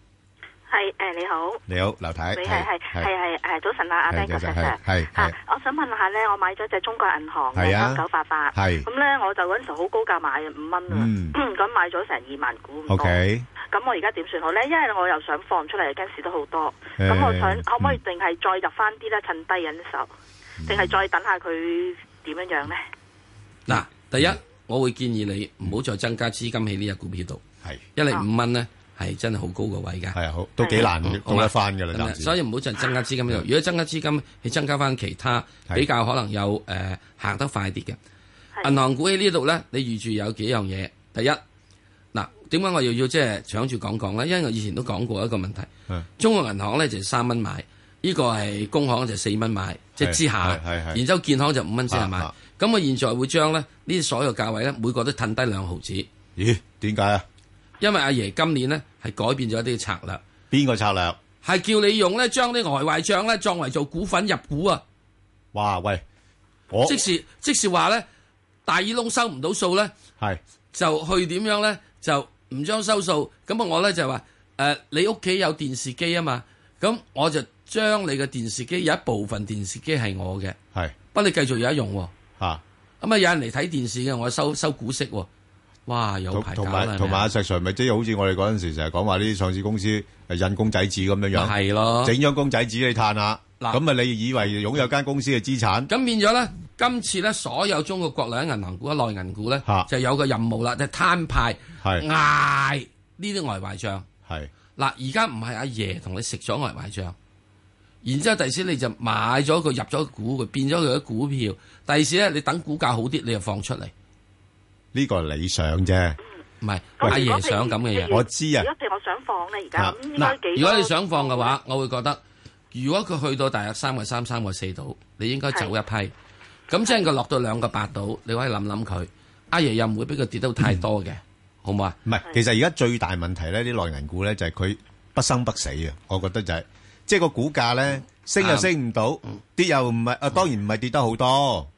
系
à,
诶，你好，
你好，劉太。
你系系系
係
系诶，早晨啊，阿 Ben
係早
Sir
晨
Sir，
係
À,
係係
啊
ờ,
我想問下咧，我買咗隻中國銀行嘅
係啊
三九八八，
係
咁咧我就嗰陣時好高價買啊，五蚊
à.
啊，
嗯
咁買咗成二萬股咁
O
多，
K，
咁我而家點算好咧？因為我又想放出嚟嘅市都好多，
誒
咁我想可唔可以
嗯
定係再入翻啲咧，趁低緊手，定係再等下佢點樣樣咧？
嗱，第一我會建議你唔好再增加資金喺呢只股票度，
係
因為五蚊咧係真係好高個位㗎。
係啊，好，都幾難
嗯好
講
嘛
得翻㗎啦，
咁啊
暫時。
所以唔好就增加資金喺度。如果增加資金，你增加翻其他
係
比較可能有誒、呃行得快啲嘅銀行股喺呢度咧，你預住有幾樣嘢。第一，嗱點解我又要即係搶住講講咧？因為我以前都講過一個問題，
嗯
中國銀行咧就三蚊買，呢、個係工行就四蚊買，即係之下
係係係，
然之後建行就五蚊之下買
啊啊。
咁我現在會將咧呢啲所有價位咧，每個都褪低兩毫子，
咦？點解啊？
因為阿爺今年咧係改變咗一啲策略。
邊個策略？
系叫你用咧，將啲外壞帳咧，作為做股份入股啊！
哇喂，我
即是即是話咧，大耳窿收唔到數咧，
係
就去點樣咧，就唔將收數。咁啊，我咧就話诶、誒你屋企有電視機啊嘛，咁我就將你嘅電視機有一部分電視機係我嘅，
係
不過你繼續有得用喎。
嚇，
咁啊，有人嚟睇電視嘅，我收收股息喎。哇，有
同
排搞
同
啦，係咪
埋
啊
同埋阿石 Sir 咪即係好似我哋嗰陣時成日講話啲上市公司誒印公仔紙咁樣樣。
咪係咯。
整張公仔紙你嘆下，
嗱
咁咪你以為擁有間公司嘅資產？
咁變咗咧，今次咧所有中國國內銀行股、內銀股咧
嚇，
就有個任務啦，就係攤派
係
嗌呢啲外壞帳。
係
嗱，而家唔係阿爺同你食咗外壞帳，然之後第時你就買咗佢入咗股，佢變咗佢嘅股票。第時咧，你等股價好啲，你就放出嚟。
呢個係理想啫，
唔係
喂
阿爺想咁嘅嘢。
我知啊
如，果譬如我想放咧，而家
啊
咁應該
嗱，
幾
如
多？
果你想放嘅話，我會覺得，如果佢去到大約三個三、三個四度，你應該走一批。咁即係佢落到兩個八度，你可以諗諗佢。阿爺又唔會俾佢跌到
嗯
太多嘅，好唔好啊？
唔係，其實而家最大問題咧，啲內銀股咧就係佢不生不死啊！我覺得就係，即係個股價咧升又升唔到，跌又唔係啊，當然唔係跌得好多，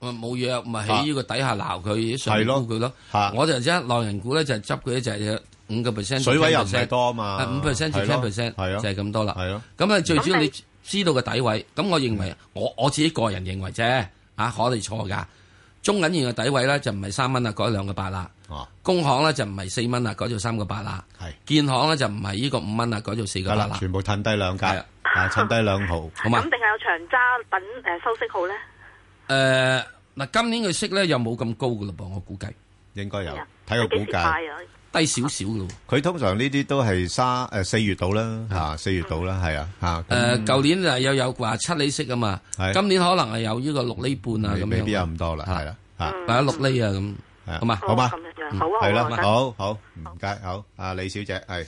我冇嘢，咪喺呢個底下鬧佢，上
係
面
咯
沽佢咯。
嚇
我就知啦內銀股咧就係執佢一隻五個 percent，啊
水位又唔係多嘛
五 percent 至
係
ten
咯
percent，
係咯
就係咁多啦。
係咯。
咁啊，最主要
咁
你
你
知道個底位。咁我認為，我我自己個人認為啫，啊，可能錯㗎。中銀業嘅底位咧就唔係三蚊啦，改兩個八啦。
哦，
工行咧就唔係四蚊啦，改做三個八啦。
係
建行咧就唔係呢個五蚊啦，改做四個
得
八
啦，
啦。
全部褪低兩格，啊，褪低兩毫，
好嘛
咁？定係有長揸等誒收息好咧？
誒嗱，今年嘅息咧又冇咁高㗎嘞噃，我估計
應該有睇個股
幾時買
價。
啊？
低少少㗎喎。
佢通常呢啲都係三誒四月到啦，嚇四月到啦，係啊嚇。
誒，呃舊年就又有話七厘息啊嘛，
係
今年可能係有呢個六厘半啊咁
未
樣，
未必有咁多啦，係啦嚇，
或者六厘啊咁，
係
好嘛？
好嘛
咁樣好啊，
係啦
好啊，
好好唔該，好啊，李小姐係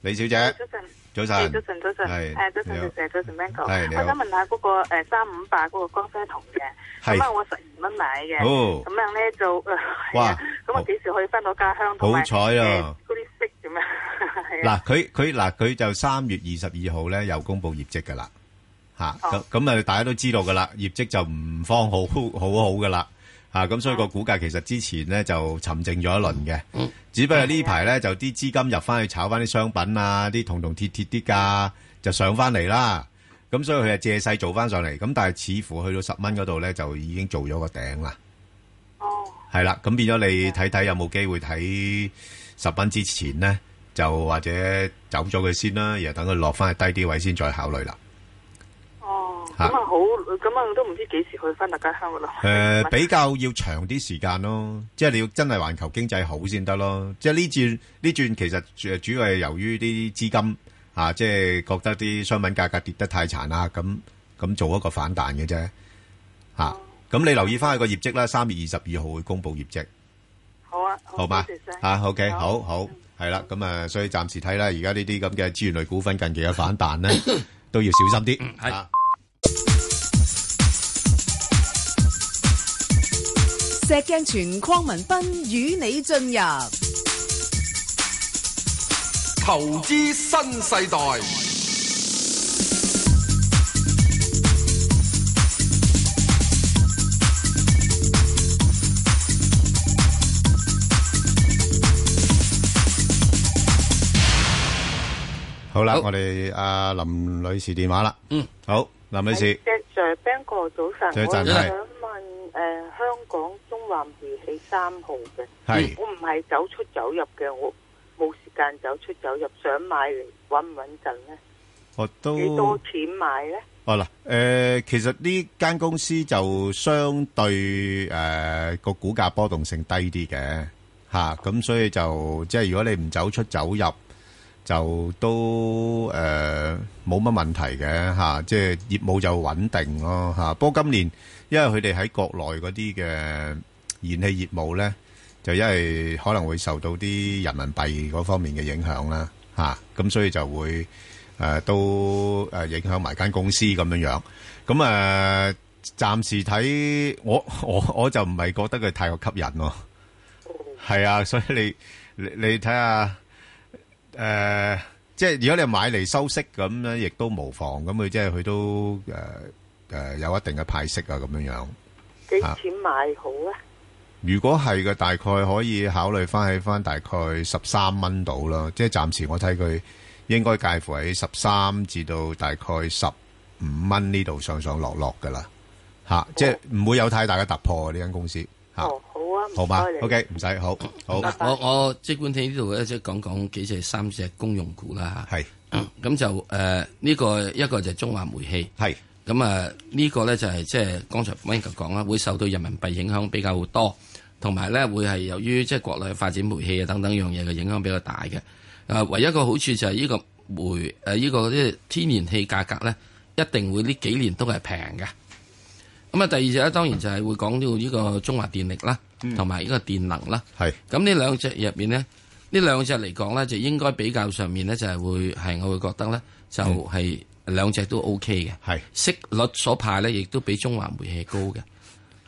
李小姐，
早晨，
早
係
晨
早，晨，早晨，
係
誒早晨，
你好
早晨，早晨，Ben 哥，
係你好
我想問下嗰個誒三五八嗰個光輝銅嘅，
係
咁啊我十二蚊買嘅，
哦
咁樣咧就誒，係
哇
啊咁我幾時可以翻到家鄉？同埋
好彩啊！
誒嗰啲息 點樣？係啊，
嗱，佢佢嗱，佢就三月二十二號咧又公布業績噶啦，吓咁
哦
咁啊，大家都知道噶啦，業績就唔方好 好好噶啦，吓咁
哦
所以個股價其實之前咧就沉靜咗一輪
嗯
嘅，只不過呢排咧就啲資金入翻去炒翻啲商品啊，啲銅銅鐵鐵啲價就上翻嚟啦，咁所以佢係借勢做翻上嚟，咁但係似乎去到十蚊嗰度咧就已經做咗個頂啦。系啦，咁變咗你睇睇有冇機會睇十蚊之前呢，就或者走咗佢先啦，然後等佢落翻去低啲位先再考慮啦。
哦，咁
嚇
啊好，咁啊都唔知幾時可以翻到家鄉噶啦。
诶、比較要長啲時間咯，即係你要真係環球經濟好先得咯。即係呢轉呢轉其實呃主主要係由於啲資金啊，即係覺得啲商品價格跌得太殘啦，咁咁做一個反彈嘅啫。吓、咁你留意翻佢個業績啦，三月二十二號會公布業績。
好啊，
好嘛
多謝晒？
啊，OK，好好系啦，咁啊，所以暫時睇啦，而家呢啲咁嘅資源類股份近期嘅反彈咧，都要小心啲。
係
啊
石鏡泉邝文斌與你進入
投資新世代，
好啦，
好
我哋阿林女士電話啦。
嗯，
好，林女士，
石 Sir Ben 哥早晨，
早晨
我
係
想問誒、香港中環煤氣三號嘅，
係
我唔係走出走入嘅，我冇時間走出走入，想買嚟穩唔穩陣咧？
我
幾多
都
錢買咧？
哦嗱，诶，其實呢間公司就相對诶個股價波動性低啲嘅吓，咁所以就即係如果你唔走出走入。就都誒冇乜問題嘅嚇、即係業務就穩定咯嚇、不過今年因為佢哋喺國內嗰啲嘅燃氣業務咧，就因為可能會受到啲人民幣嗰方面嘅影響啦嚇，咁、所以就會誒、呃都誒影響埋間公司咁樣樣。咁誒、呃、暫時睇我 我我就唔係覺得佢太過吸引咯，係啊，所以你你你睇下。誒、即係如果你買嚟收息咁咧，亦都無妨。咁佢即係佢都誒誒、有一定嘅派息啊，咁樣樣。
幾錢買好咧？
如果係嘅，大概可以考慮翻喺翻大概十三蚊度啦。即係暫時我睇佢應該介乎喺十三至到大概十五蚊呢度上上落落噶啦。嚇、即係唔會有太大嘅突破嘅呢間公司嚇。
哦，好啊，唔
好嘛
該你
？OK，唔使好好
嗱我我即管喺呢度咧，即係講講幾隻三隻公用股啦
係
嚇。咁就誒呢個一個就係中華煤氣。
係
咁啊，呢個咧就係即係剛才 w i n 講啦，會受到人民幣影響比較多，同埋咧會係由於即係國內發展煤氣啊等等樣嘢嘅影響比較大嘅。啊，唯一一個好處就係呢個煤誒呢個即係天然氣價格咧，一定會呢幾年都係平嘅。咁啊，第二就咧，當然就係會講到呢個中華電力啦，同埋呢個電能啦。
係
咁呢兩隻入面咧，呢兩隻嚟講咧，就應該比較上面咧，就係會係我會覺得咧，就係兩隻都 O K 嘅。
係
息率所派咧，亦都比中華煤氣高嘅。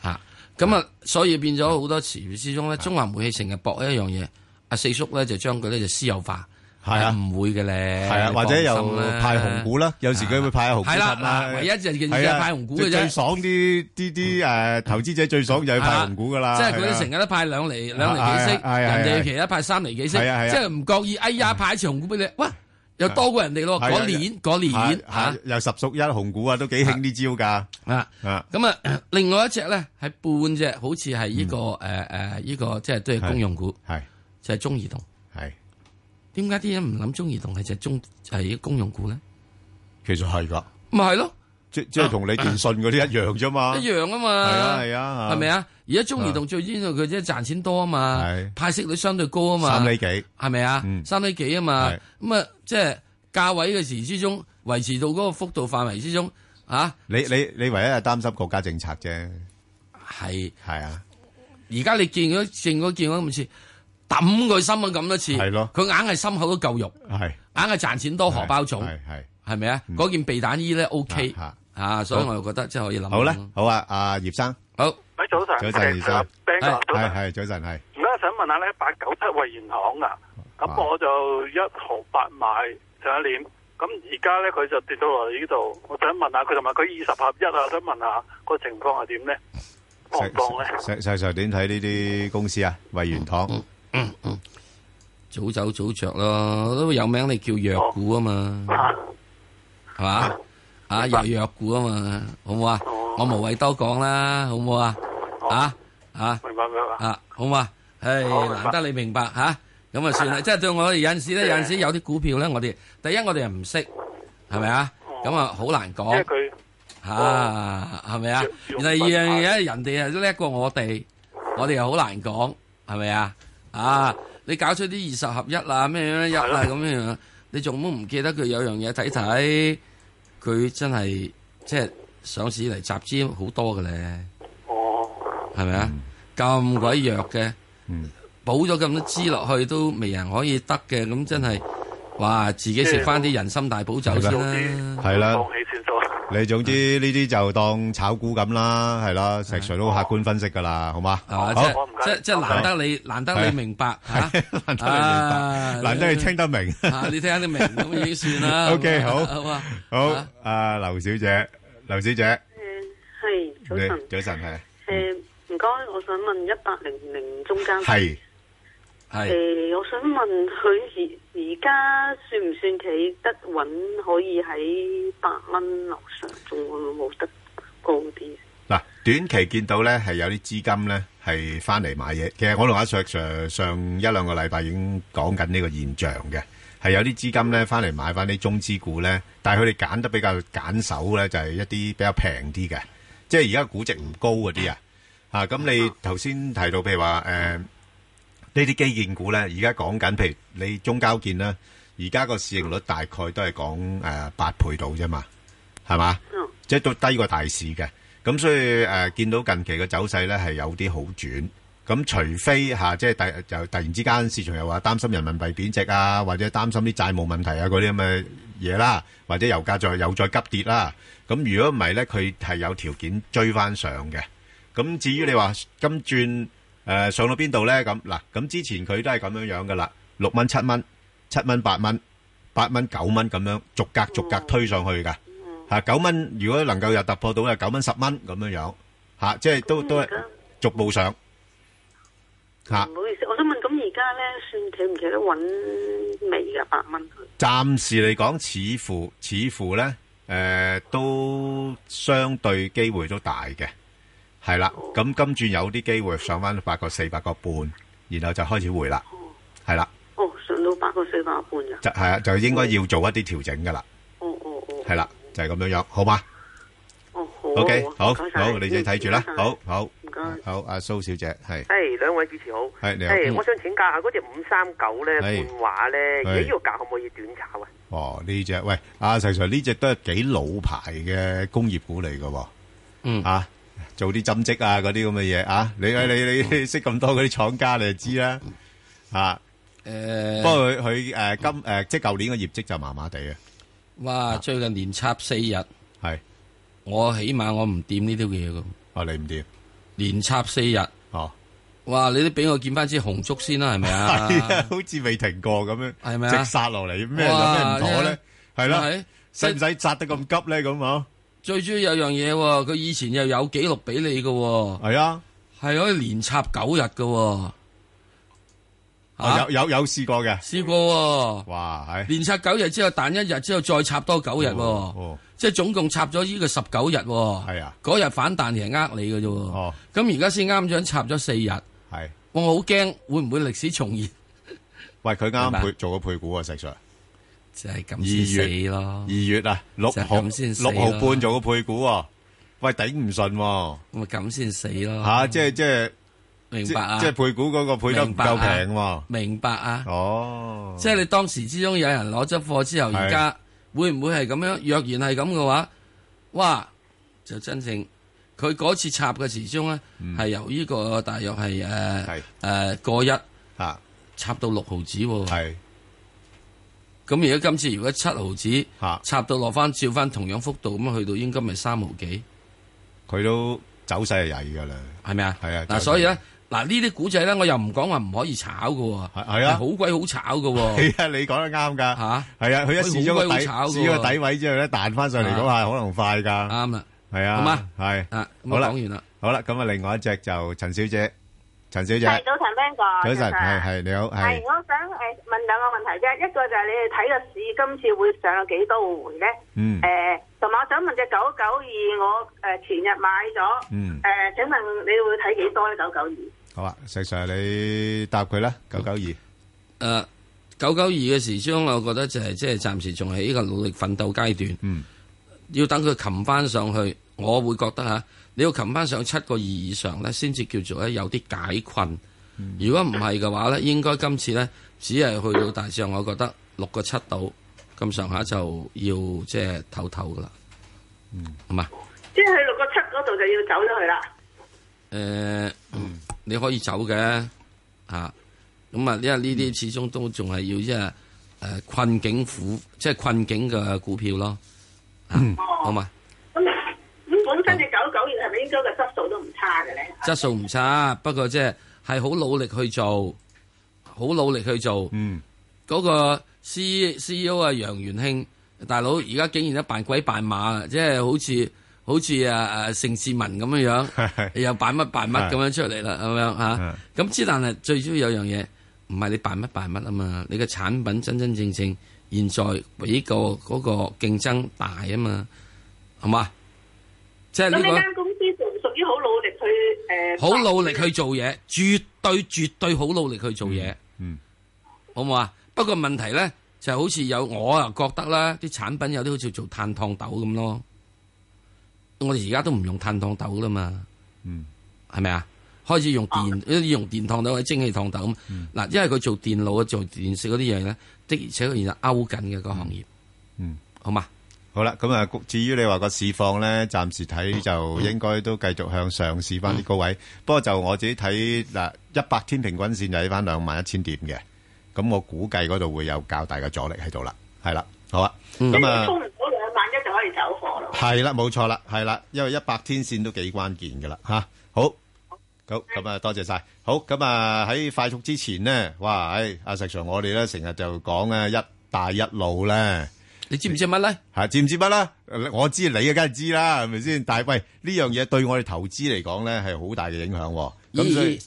嚇，咁啊，所以變咗好多詞之中咧，中華煤氣成日搏一樣嘢，阿四叔咧就將佢咧就私有化，
係啊
唔會嘅咧，
係啊，
你
或者
放
又
心啦
派紅股啦，有時佢會派下紅股
係啦
氹啦
嗱唯一就係件事
係啊
係派紅股嘅啫啊
最最爽啲啲啲誒投資者最爽就係派紅股㗎啦，
即係佢
係啊
哋成日都派兩厘兩厘幾
係啊係
息，
啊係
人
啊
哋其他派三厘幾息，即
係啊係啊
係唔覺意，哎呀派一次紅股俾你，哇又多過人哋咯，
係啊
嗰年嗰年
係
嚇
係。有十屬一紅股啊，都幾興呢招㗎。
啊
啊，
咁啊， 另外一隻咧係半隻，好似係呢個誒誒呢個即係都係公用股，
嗯係
就係中移動。
係
點解啲人唔諗中移動係隻中係公用股咧？
其實係㗎，
咪係咯，
即即係同你電信嗰啲一樣啫嘛。
一樣啊嘛。
係啊係啊
係咪啊？而家中移動最知道佢即係賺錢多啊嘛
係，
派息率相對高啊嘛，
三厘幾
係咪啊？三厘幾啊嘛
係，
咁啊即係價位嘅時之中維持到嗰個幅度範圍之中啊。
你你你唯一係擔心國家政策啫。
係
係啊，
而家你見咗見嗰見咗咁次，抌佢心啊咁多次，
係咯
佢硬係心口都夠肉，
係
硬係賺錢多荷包重，
係係
係咪啊？嗰件避彈衣咧 OK
啊
啊，所以
好
我又覺得即係可以諗。
好啦，好啊，阿葉生，
好，
喂，早晨，
早晨葉生，
Ben 哥早晨
係係早晨係
而家想問下咧，八九七惠元行啊，咁我就一毫八買上一年，咁而家咧佢就跌到落嚟呢度，我想問下佢同埋佢二十合一啊，想問下個情況係點咧？放唔放咧？
細細細點睇呢啲公司啊？惠元堂
早走早着咯，都有名你叫藥股啊嘛，係嘛？啊，又藥股啊嘛，好唔好啊？我無謂多講啦，好唔好啊？啊啊
明白明白。
啊，好唔好啊？唉，
好明白
難得你明白吓，咁啊算啦。即係對我哋有陣時咧，有陣時有啲股票咧，我哋第一我哋又唔識，係咪啊？咁啊好難
因為
講
佢
啊，係咪啊？第二樣嘢，人哋啊叻過我哋，我哋又好難講，係咪啊？啊，你搞出啲二十合一啦，咩咩一啦咁樣樣，你仲都唔記得佢有樣嘢睇睇，佢真係即係上市嚟集資好多嘅咧。
哦
係咪啊？咁鬼弱嘅，補咗咁多支落去都未人可以得嘅，咁真係，哇！自己食翻啲人參大補酒先啦，
係啦，
算數。
你總之呢啲就當炒股咁啦，係啦，石 Sir 都好客觀分析㗎啦，好嘛？
係
好
嘛？啊即即即難得你難得你明白 嚇，難
得你明白難得你聽得明
啊！你聽得明咁已經 算啦。
OK，好
好啊，
好，阿劉小姐，劉小姐，
系早
你
晨，
早晨係
诶，唔該，我想問一八零零中間，
係
诶，我想問佢而而家算唔算企得穩，可以喺八蚊樓上，仲會唔會冇得高啲？
嗱，短期見到咧係有啲資金咧係翻嚟買嘢。其實我同阿 Sir Sir 上一兩個禮拜已經講緊呢個現象嘅，係有啲資金咧翻嚟買翻啲中資股咧，但係佢哋揀得比較揀手咧，就係、一啲比較平啲嘅，即係而家估值唔高嗰啲啊。啊，咁你頭先提到譬如話誒。呃呢啲基建股咧，而家講緊，譬如你中交建啦，而家個市盈率大概都係講誒八倍到啫嘛，係嘛？即係都低過大市嘅。咁所以誒、呃，見到近期嘅走勢咧係有啲好轉。咁除非嚇、啊即係突就突然之間市場又話擔心人民幣貶值啊，或者擔心啲債務問題啊嗰啲咁嘅嘢啦，或者油價再又再急跌啦。咁如果唔係咧，佢係有條件追翻上嘅。咁至於你話金轉誒、呃上到邊度咧？咁嗱，咁之前佢都係咁樣樣噶啦，六蚊、七蚊、七蚊、八蚊、八蚊、九蚊咁樣逐格逐格推上去噶。嚇九蚊如果能夠又突破到啊九蚊十蚊咁樣樣嚇、即係都都係啊逐步上嚇。
唔好意思，我想問，咁而家咧算企唔企得穩未㗎？八蚊佢
暫時嚟講，似乎似乎咧，誒、都相對機會都大嘅，係啦。咁今轉有啲機會上翻八個四、八個半，然後就開始回啦，係啦，
哦，上到八個四八半㗎。
就係啊，就應該要做一啲調整噶啦，
哦哦哦，
係啦，就係、咁樣樣，好嘛
哦好啊
？OK，
啊
好
唔該晒
好，你自己睇住啦，好好，
該。
好，阿蘇小姐係
係兩位主持好，
係你好
係我想請教下嗰只五三九咧
係
半話咧，而
係
家呢個價可唔可以短炒啊？
哦，呢只喂，阿石 Sir 呢只都係幾老牌嘅工業股嚟嘅喎，
嗯
啊，做啲針織啊嗰啲咁嘅嘢啊，你你你你識咁多嗰啲廠家你就知啦，啊，
誒
不過佢佢誒今誒即係舊年嘅業績就麻麻地嘅，
哇！最近連插四日，
係
我起碼我唔掂呢啲嘢噶。
哦，你唔掂，
連插四日。
哦，
哇！你都俾我見翻支紅竹先啦，係咪啊？
係 啊，好似未停過咁樣，
係咪啊
直殺落嚟咩有咩
哇
唔妥咧？係啦
係，
使唔使殺得咁急咧？咁啊？
最主要有樣嘢喎，佢以前又有記錄俾你嘅喎。
係啊，
係可以連插九日嘅喎。
啊
嚇
有有有試過嘅，
試過喎。
哇！係
連插九日之後彈一日之後再插多九日喎
哦，
即係總共插咗呢個十九日喎。
係啊，哦
嗰日反彈係呃你嘅啫喎。咁而家先啱咗插咗四日，
係
我好驚會唔會歷史重現？
喂，佢
係
啱
嘛
配做個配股啊，石 Sir。
就係
二
咁先
月
死咯。
二月啊，六
就係
號
咁先死
六號
咯
半做個配股喎，喂頂唔順喎，
咪咁先死咯。
吓即係即係
明白啊
即係配股嗰個配得唔
明白啊
夠平喎，
明白啊？
哦，
即係你當時之中有人攞咗貨之後，
係
而家會唔會係咁樣？若然係咁嘅話，哇，就真正佢嗰次插嘅時鐘咧，
嗯
係由呢個大約係誒誒過一
啊
插到六毫子喎。
係。
咁而家今次如果七毫子
嚇
插到落翻照翻同樣幅度咁去到應該咪三毫幾？
佢都走勢係曳噶啦，
係咪啊？
係啊，
嗱，所以咧，嗱呢啲古仔咧，我又唔講話唔可以炒嘅喎，
係啊
好鬼好炒嘅
走勢
喎。
係啊，你講得啱㗎，
嚇
係啊，佢一試咗個底，
佢好鬼會炒㗎喎
試咗個底位之後咧，彈翻上嚟嗰下
啊
可能快㗎，
啱啦，
係啊，
好嘛
係
啊咁我
好啦，
講完啦，
好啦，咁啊，另外一隻就陳小姐，陳小姐，
係早晨 Ben 哥，
早晨，
啊
係係你好，
係
係，
我想誒問兩個問題啫，一個就係你哋睇個市今次會上有幾多回咧？
嗯
誒，同埋我想問只九九二，我誒前日買咗，
嗯
誒，請問你會睇幾多咧？九九二？
好啊，石 Sir 你答佢啦，九九二。
誒九九二嘅時鐘，我覺得就係即係暫時仲喺呢個努力奮鬥階段。
嗯，
要等佢擒翻上去，我會覺得嚇，你要擒翻上七個二以上咧，先至叫做咧有啲解困。如果唔係嘅話咧，應該今次咧只係去到大致上，我覺得六個七度咁上下就要即係唞唞噶啦。嗯，好嘛？
即係去六個七嗰度就要走咗去啦。
誒、呃你可以走嘅嚇，咁啊，因為呢啲始終都仲係要即係誒困境苦，即係困境嘅股票咯，啊好嘛？
咁咁本身只九九二係咪應該個質素都唔差嘅咧？
質素唔差，不過即係係好努力去做，好努力去做。
嗯，
嗰個 C C E O 啊楊元慶大佬，而家竟然都扮鬼扮馬啊，即係好似好似啊啊盛志文咁樣樣，又扮乜扮乜咁樣出嚟啦，咁樣嚇。咁之但係最主要有樣嘢，唔係你扮乜扮乜啊嘛，你嘅產品真真正正現在俾個嗰個競爭大啊嘛，係嘛？即係
咁
呢個
呢。間公司屬唔屬於好努力去誒？
好努力去做嘢，絕對絕對好努力去做嘢，
嗯，
好唔好啊？不過問題咧就好似有我啊覺得啦，啲產品有啲好似做炭燙豆咁咯，我哋而家都唔用炭燙豆啦嘛，
嗯，
係咪啊？開始用電，一啲用電燙豆或者蒸汽燙豆咁，
嗯
嗱、因為佢做電腦啊、做電視嗰啲嘢咧，的而且確現在勾緊嘅個行業，
嗯，
好嘛？
好啦，咁啊，至於你話個市況咧，暫時睇就應該都繼續向上試翻啲高位。不過就我自己睇嗱，一百天平均線就喺翻兩萬一千點嘅，咁我估計嗰度會有較大嘅阻力喺度啦。係啦，好啊，咁啊。
衝唔到兩萬一就可以走貨咯。
系啦，冇錯啦，係啦，因為一百天線都幾關鍵噶啦吓。好，好咁啊，多謝晒。好咁啊，喺快速之前呢，哇，唉、阿石 Sir，我哋咧成日就講啊一帶一路咧，
你知唔知乜咧？
吓、知唔知乜啦？我知你啊，梗係知啦，係咪先？但係喂，呢樣嘢對我哋投資嚟講咧係好大嘅影響喎。咁所以。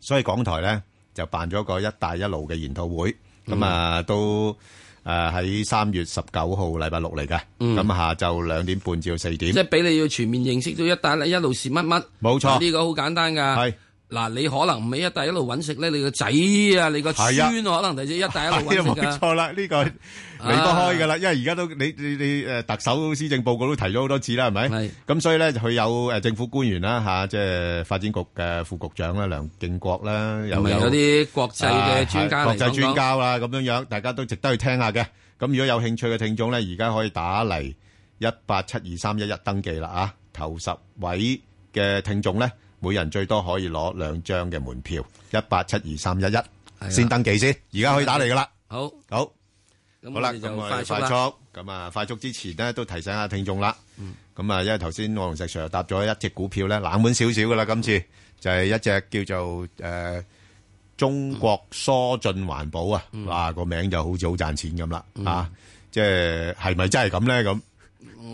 所以港台咧就辦咗個一帶一路嘅研討會，咁啊都誒喺三月十九號禮拜六嚟嘅，
嗯
咁下晝兩點半至到四點
即。係俾你要全面認識到一帶一路是乜乜，
冇錯
呢個好簡單㗎。
係
嗱，你可能唔喺一帶一路揾食咧，你個仔啊，你個
係啊
孫可能就只一 帶一路
係啊
揾食
冇
㗎
錯啦，呢個離不開㗎啦，因為而家都你你你誒特首施政報告都提咗好多次啦，係啊咪？咁所以咧，佢有誒政府官員啦嚇，即係發展局嘅副局長啦，梁敬國啦，又
同埋有啲國際嘅專家
啊係
嚟
國際
講
專
講
家啦，咁樣樣大家都值得去聽下嘅。咁如果有興趣嘅聽眾咧，而家可以打嚟一八七二三一一登記啦啊！頭十位嘅聽眾咧，每人最多可以攞兩張嘅門票，一八七二三一一先登記先。而家可以打嚟噶啦。
好，
好，
咁
好啦，
我哋就
咁我哋啊
快速
快
啦。嗯
速咁啊，快速之前咧都提醒下聽眾啦。咁啊，因為頭先我同石 Sir 答咗一隻股票咧，冷門少少噶啦，今
嗯
次就係一隻叫做誒中國疏浚環保啊，
嗯
哇個名就好似好賺錢咁啦，啊，即係係咪真係咁咧？咁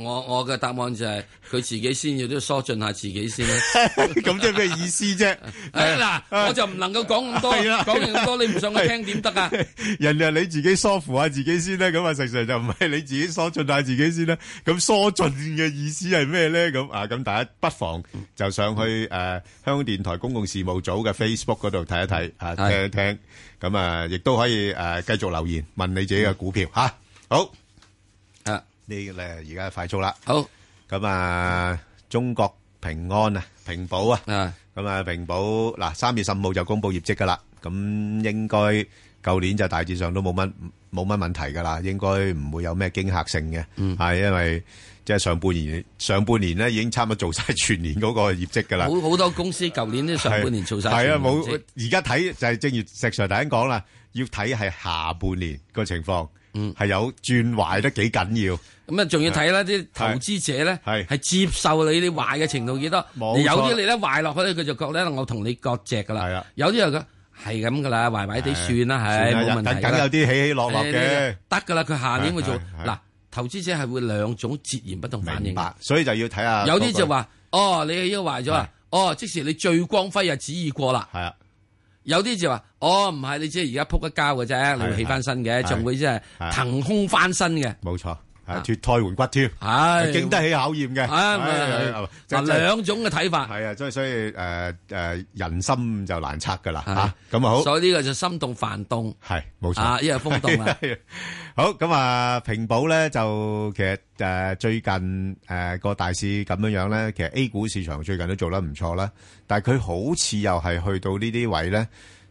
我我嘅答案就係佢自己先要都疏進下自己 先啦。
咁即係咩意思 啫？
哎嗱，我就唔能夠講咁多，
哎 係啦
講完咁多你唔想我聽點得啊？
人哋話你自己疏乎下自己先啦，咁啊石 Sir 就唔係你自己疏浚下自己先啦。咁疏浚嘅意思係咩咧？咁啊，咁大家不妨就上去誒、呃香港電台公共事務組嘅 Facebook 嗰度睇一睇啊，聽一聽。咁啊，亦都可以誒、呃、繼續留言問你自己嘅股票嚇、啊好
啊，
呢咧而家快速啦。
好
咁啊，中國平安啊，平保啊，咁啊，平保嗱三月十五號就公布業績噶啦，咁應該舊年就大致上都冇乜冇乜問題噶啦，應該唔會有咩驚嚇性嘅，係、因為即係上半年上半年咧已經差唔多做晒全年嗰個業績噶啦。
好好多公司舊年都上半年做晒全
係啊，
年
冇
業績，
而家睇就係正如石 Sir 頭先講啦，要睇係下半年個情況，嗯，係有轉壞得幾緊要。
咁啊仲要睇啦，啲投資者咧係接受你啲壞嘅程度幾多？
冇錯
有啲你咧壞落去咧，佢就覺得哎我同你割席噶啦。有啲又講係咁噶啦，壞壞地算啦，係
啊算啦
冇問題㗎啦。哎
梗有啲起起落落嘅
誒得噶啦。佢下年會做
係係係
嗱，投資者係會兩種截然不同反應
明
㗎。
白，所以就要睇下
有
嗰
啲
個
就話哦，你呢個壞咗啊，哦，即時你最光輝日子已過啦。
系啊。
有啲就話：哦，唔係你即係而家撲一跤嘅啫，你會起翻身嘅，
係
仲會即係
係
騰空翻身嘅。
冇錯，係脱胎換骨添，
係
經得起考驗嘅。
啊咪
係係
嗱
係
兩種嘅睇法
係啊，所以所以誒誒人心就難測噶啦
係
嚇，咁啊好。
所以呢個就心動煩動。
係冇錯
啊，因為 風動啦。
係啊好咁啊，平保咧就其實誒最近誒個大市咁樣樣咧，其實 A 股市場最近都做得唔錯啦，但係佢好似又係去到呢啲位咧，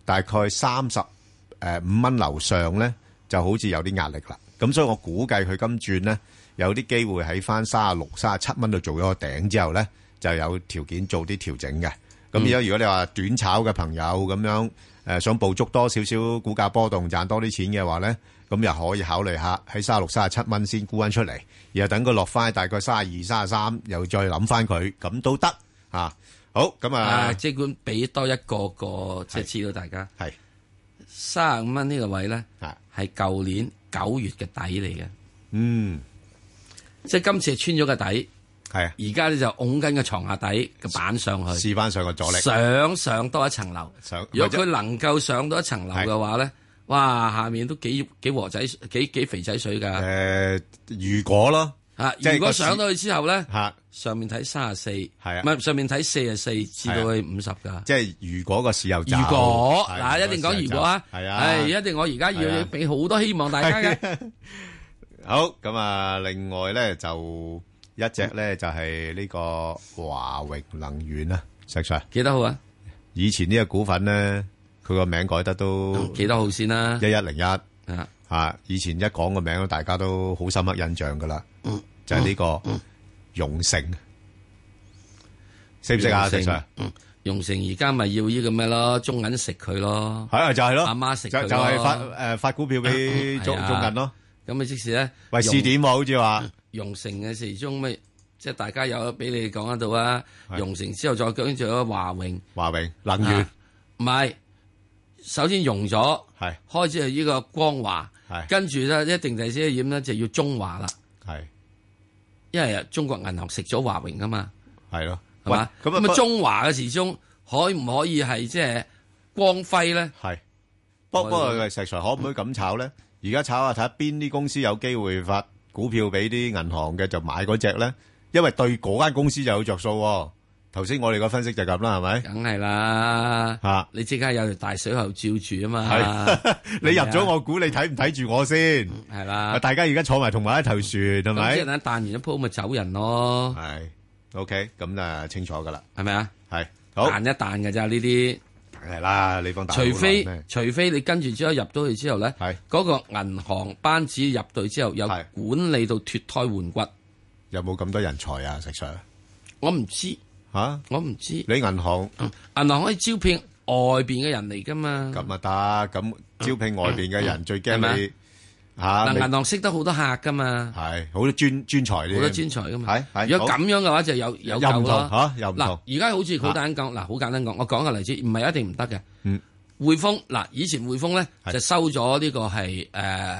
大概三十誒五蚊樓上咧，就好似有啲壓力啦。咁所以我估計佢今轉咧有啲機會喺翻三十六、三十七蚊度做咗個頂之後咧，就有條件做啲調整嘅。
嗯
咁而家如果你話短炒嘅朋友咁樣，誒、想捕捉多少少股價波動，賺多啲錢嘅話咧，咁又可以考慮下喺三十六、三十七蚊先沽翻出嚟，然後等佢落翻大概三十二、三十三，又再諗翻佢，咁都得啊。好，咁啊
啊，，即管俾多一個個即係資料大家。
係啊
三十五蚊呢個位咧，係舊年九月嘅底嚟嘅。
嗯，
即係今次係穿咗個底。
係啊，
而家咧就擁緊個床下底個板上去，
試翻上個阻力，
想上多一層樓。
上
如果佢能夠上到一層樓嘅話咧，哇，下面都幾幾和仔幾幾肥仔水㗎。
誒，呃如果咯
啊，
即係個
如果
市
上到去之後咧，
嚇
上面睇三十四，係
啊
唔係上面睇四十四至到去五十㗎。
即係如果個市有
如
走
果
係
嗱，一定講如果啊，
係啊，
唉一定我而家
係
要
啊
俾好多希望大家嘅。
好，咁啊，另外咧就一隻咧就係呢個華榮能源啦，石 Sir
幾多號啊？
以前呢個股份咧，佢個名改得都
幾多號先啦？
一一零一
啊，
吓以前一講個名，大家都好深刻印象噶啦，就係呢個融盛，識唔識啊，
用
石
成
Sir？
用成而家咪要呢個咩咯，中銀食佢咯，
係啊，就係咯，
阿媽食
就
佢
就係發誒發股票俾中中銀咯。。
係啊咁啊，即使咧，
喂，
用
試點喎，好似話。
融成嘅時鐘咪，即係大家有俾你講得到啊！融成之後再跟住有華榮，
華榮能源
啊唔係，首先融咗，
係
開始係呢個光華，
係
跟住咧一定第四點咧就要中華啦，
係
因為中國銀行食咗華榮噶嘛，
係咯，
係嘛？
喂咁啊
咁
不
啊，中華嘅時鐘可唔可以係即係光輝咧？
係，不不過喂石 Sir 可唔可以咁炒咧？而家炒下睇下邊啲公司有機會發股票俾啲銀行嘅，就買嗰只咧，因為對嗰間公司就有着數喎。頭先我哋個分析就係咁啦，係 咪？
梗係啦，
吓
你即刻有條大水喉照住啊嘛
係，，你入咗我股，你睇唔睇住我先？
係啦，
大家而家坐埋同埋一頭船， 係咪？
咁即係等彈完一鋪咪走人咯。
係，OK，咁啊清楚噶啦，
係咪啊？
係，好
彈一彈嘅咋呢啲？
梗係啦，你幫大佬
除非
諗咩
除非你跟住之後入到去之後咧，嗰個銀行班子入隊之後有管理到脱胎換骨，
有冇咁多人才啊？石 Sir，
我唔知
吓，
我唔知。
你銀行
銀行可以招聘外邊嘅人嚟噶嘛？
咁啊得，咁招聘外邊嘅人最
係
驚
咪啊
你吓，
嗱，
你
銀行識得好多客噶嘛，
係好多專專才啲，
好多專才噶嘛。
係係，
如果
好
咁樣嘅話，就有
又
有
唔
救咯
同嚇又唔
嗱
同，
而家好似好簡單講，嗱，好簡單講，我講個例子，唔係一定唔得嘅。
嗯，
匯豐嗱，以前匯豐咧就收咗呢個係誒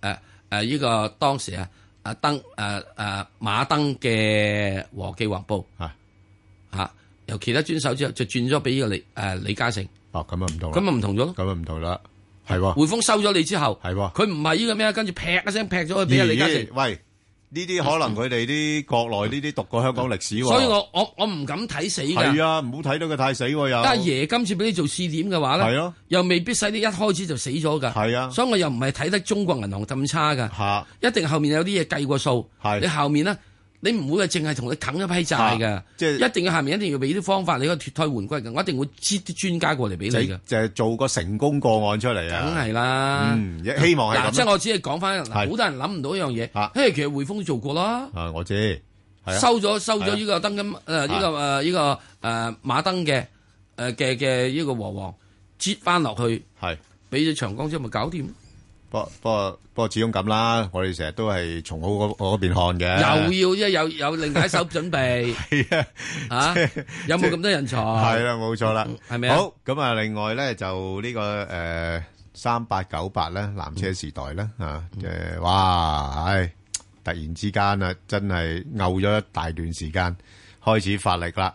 誒誒呢個當時啊啊登誒誒馬登嘅和記黃埔
嚇
嚇，由其他專手之後就轉咗俾呢個李誒李嘉誠。
哦，咁啊唔同啦，
咁啊唔同咗咯，
咁啊唔同啦，係喎，
匯豐收咗你之後，
係喎，
佢唔係呢個咩，跟住劈一聲劈咗去俾阿
咦
李嘉誠。
喂，呢啲可能佢哋啲國內呢啲讀過香港歷史喎，
所以我我我唔敢睇死㗎。
係啊，唔好睇到佢太死喎又，
但係爺今次俾你做試點嘅話咧，
係咯
又未必使你一開始就死咗㗎。
係啊
所以我又唔係睇得中國銀行咁差㗎。一定後面有啲嘢計過數。
係
你後面咧，你唔會係淨係同佢啃一批債㗎
嚇。啊即係
一定要下面一定要俾啲方法，你個脱胎換骨㗎。我一定會擠啲專家過嚟俾你
就
㗎。
就係做個成功個案出嚟啊，
梗係啦
嗯，希望係
嗱
咁，
即係我只係講翻，嗱好
係
多人諗唔到一樣嘢。嘿，其實匯豐都做過啦，
啊，我知，係啊啊
收咗收咗呢個登金誒呃呢個誒呢個誒馬登嘅誒嘅嘅呢個和黃，折翻落去，
係
俾咗長江之後咪搞掂。
不不過不過始終咁啦，我哋成日都係從好嗰嗰邊看嘅，
又要即係有有另解手準備，
係
啊，有冇咁多人才？
係啦，冇錯啦，
係咪啊
好，咁啊，另外咧就呢個誒三八九八咧，藍車時代咧啊，誒哇，唉，突然之間啊，真係漚咗一大段時間，開始發力啦。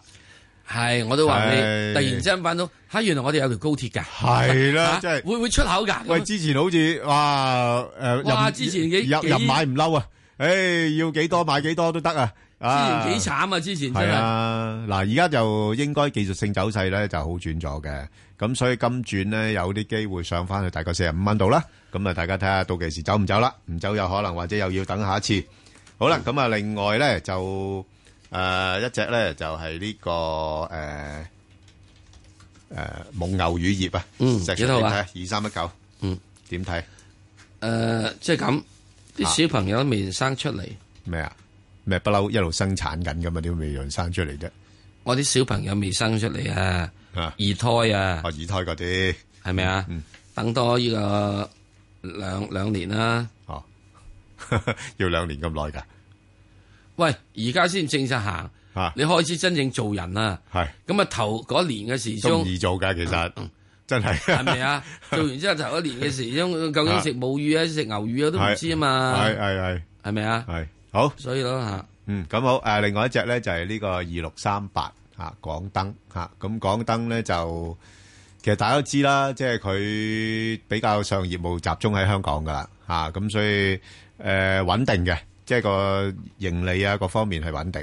係，我都話你
係
突然之間翻到，嚇原來我哋有條高鐵㗎，
係啦
啊
真係
會唔會出口㗎？
喂，之前好似哇誒，
哇
任
之前幾
任
幾
任買唔嬲啊，誒要幾多買幾多都得啊，啊
之前幾慘啊！之前真
係
係。
啊，嗱，而家就應該技術性走勢咧就好轉咗嘅，咁所以金轉咧有啲機會上翻去大概四十五蚊度啦，咁啊大家睇下到期時走唔走啦，唔走有可能或者又要等下一次。好啦，咁啊另外咧就誒一隻咧就係呢個誒誒蒙牛乳業啊，
嗯
石 Sir，
幾多號啊
你睇二三一九，
嗯，
點睇
誒，即係咁，
啊
啲小朋友都未生出嚟，
咩啊？咩不嬲一路生產緊噶嘛，點會未樣生出嚟啫？
我啲小朋友未生出嚟啊，二胎啊，
哦，二胎嗰啲
係咪啊？
嗯
等多呢個兩兩年啦。
哦，要兩年咁耐㗎。
喂，而家先正式行，
啊
你開始真正做人啦。
係
咁啊，頭嗰年嘅時
都
鐘
唔易做㗎，其實真係
嗯係咪啊？做完之後頭一年嘅時鐘，究竟食母乳啊，食牛乳啊，都唔知啊 嘛。
係係係，
係咪啊？
係好，
所以咯吓，
嗯，咁好。誒，另外一隻咧就係呢個二六三八啊嚇，港燈嚇。咁港燈咧就其實大家都知啦，即係佢比較上業務集中喺香港㗎啦嚇，咁所以誒呃穩定嘅，即係個盈利啊各方面係穩定。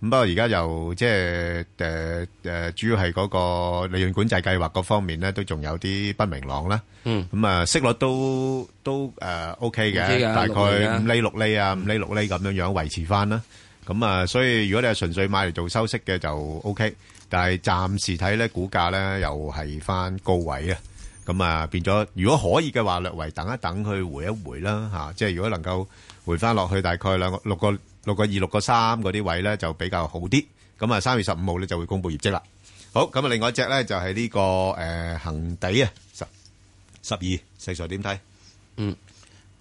咁不過而家就即係誒誒，主要係嗰個利潤管制計劃嗰方面咧，都仲有啲不明朗啦。
嗯，
咁啊息率都都誒 OK 嘅
OK，㗎
大
六厘
概
啊
五厘六厘啊，五厘六厘咁樣樣維持翻啦。咁啊，所以如果你係純粹買嚟做收息嘅就 OK，但係暫時睇咧股價咧又係翻高位啊。咁啊，變咗如果可以嘅話，略為等一等佢回一回啦嚇、即係如果能夠回翻落去大概兩個六個六個二六個三嗰啲位咧，就比較好啲。咁啊，三月十五號咧就會公布業績啦。好，咁啊，另外一隻咧就係呢、個誒恒、地啊，十十二，石 Sir 點睇？
嗯，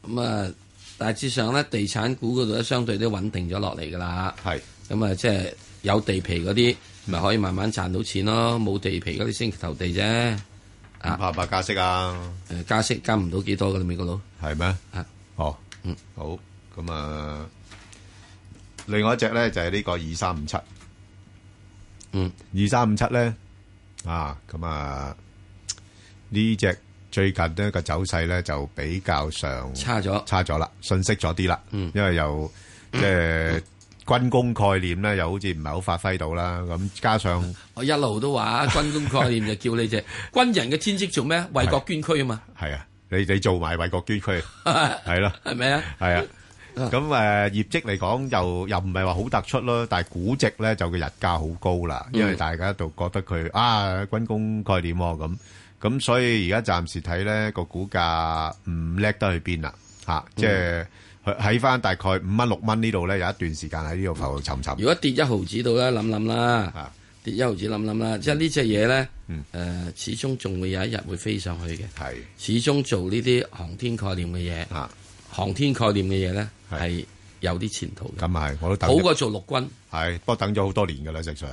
咁啊，大致上咧，地產股嗰度咧，相對都穩定咗落嚟噶啦。
係，
咁啊，即係有地皮嗰啲，咪可以慢慢賺到錢咯。冇地皮嗰啲先投地啫。啊，
怕唔怕加息啊？
誒，加息加唔到幾多噶啦，美國佬。
係咩？
啊，
哦，
嗯，
好，咁啊，另外一隻咧就係呢個二三五七，
嗯，
二三五七咧，啊，咁啊，呢只最近呢個走勢咧就比較上
差咗，
差咗啦，遜息咗啲啦，嗯，因為又即係軍工概念咧，又好似唔係好發揮到啦。咁加上
我一路都話啊軍工概念就叫你啫，軍人嘅天職做咩？為國捐軀啊嘛，
係啊，你你做埋為國捐軀，係咯，
係 咪啊？
係啊。咁誒業績嚟講又又唔係話好突出咯，但係估值咧就個日價好高啦，因為
嗯
大家都覺得佢啊軍工概念喎咁，咁所以而家暫時睇咧個股價唔叻得去邊啦嚇，即係喺喺翻大概五蚊六蚊呢度咧有一段時間喺呢度浮浮沉沉。
如果跌一毫子到咧，諗諗
啊
啦，跌一毫子諗諗啦，即係
嗯
呢只嘢咧，誒始終仲會有一日會飛上去嘅。
係，
始終做呢啲航天概念嘅
嘢，
航天概念嘅嘢咧係有啲前途嘅。
咁係，我都等
好過做陸軍。
係，不過等咗好多年㗎啦，石 Sir。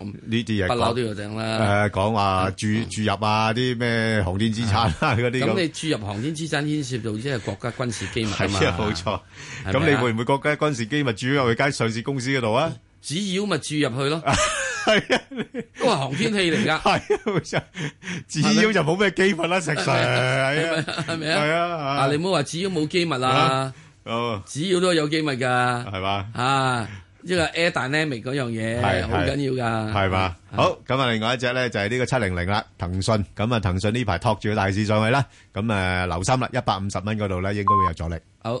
呢啲嘢
不嬲都
講
要等啦
誒講話注注入啊啲咩航天資產啊嗰啲
咁你注入航天資產牽涉到即係國家軍事機密啊嘛
係啊，冇錯。
係咪啊
咁你會唔會覺得軍事機密注咗入去間上市公司嗰 度啊？
只要咪注入去咯，
係啊，
都係航天器嚟 㗎。
係啊，冇錯。只要就冇咩機密啦，石 Sir。係啊，
係咪
係啊
啊？啊，你唔好話只要冇機密啦
啊，哦，
只要都有機密㗎，
係嘛？
啊，呢個 air dynamic 嗰樣嘢
係
好緊要㗎，
係嘛？好，咁啊，另外一隻咧就係呢個七零零啦，騰訊。咁啊，騰訊呢排托住個大市上去啦，咁啊留心啦，一百五十蚊嗰度咧應該會有阻力。
好。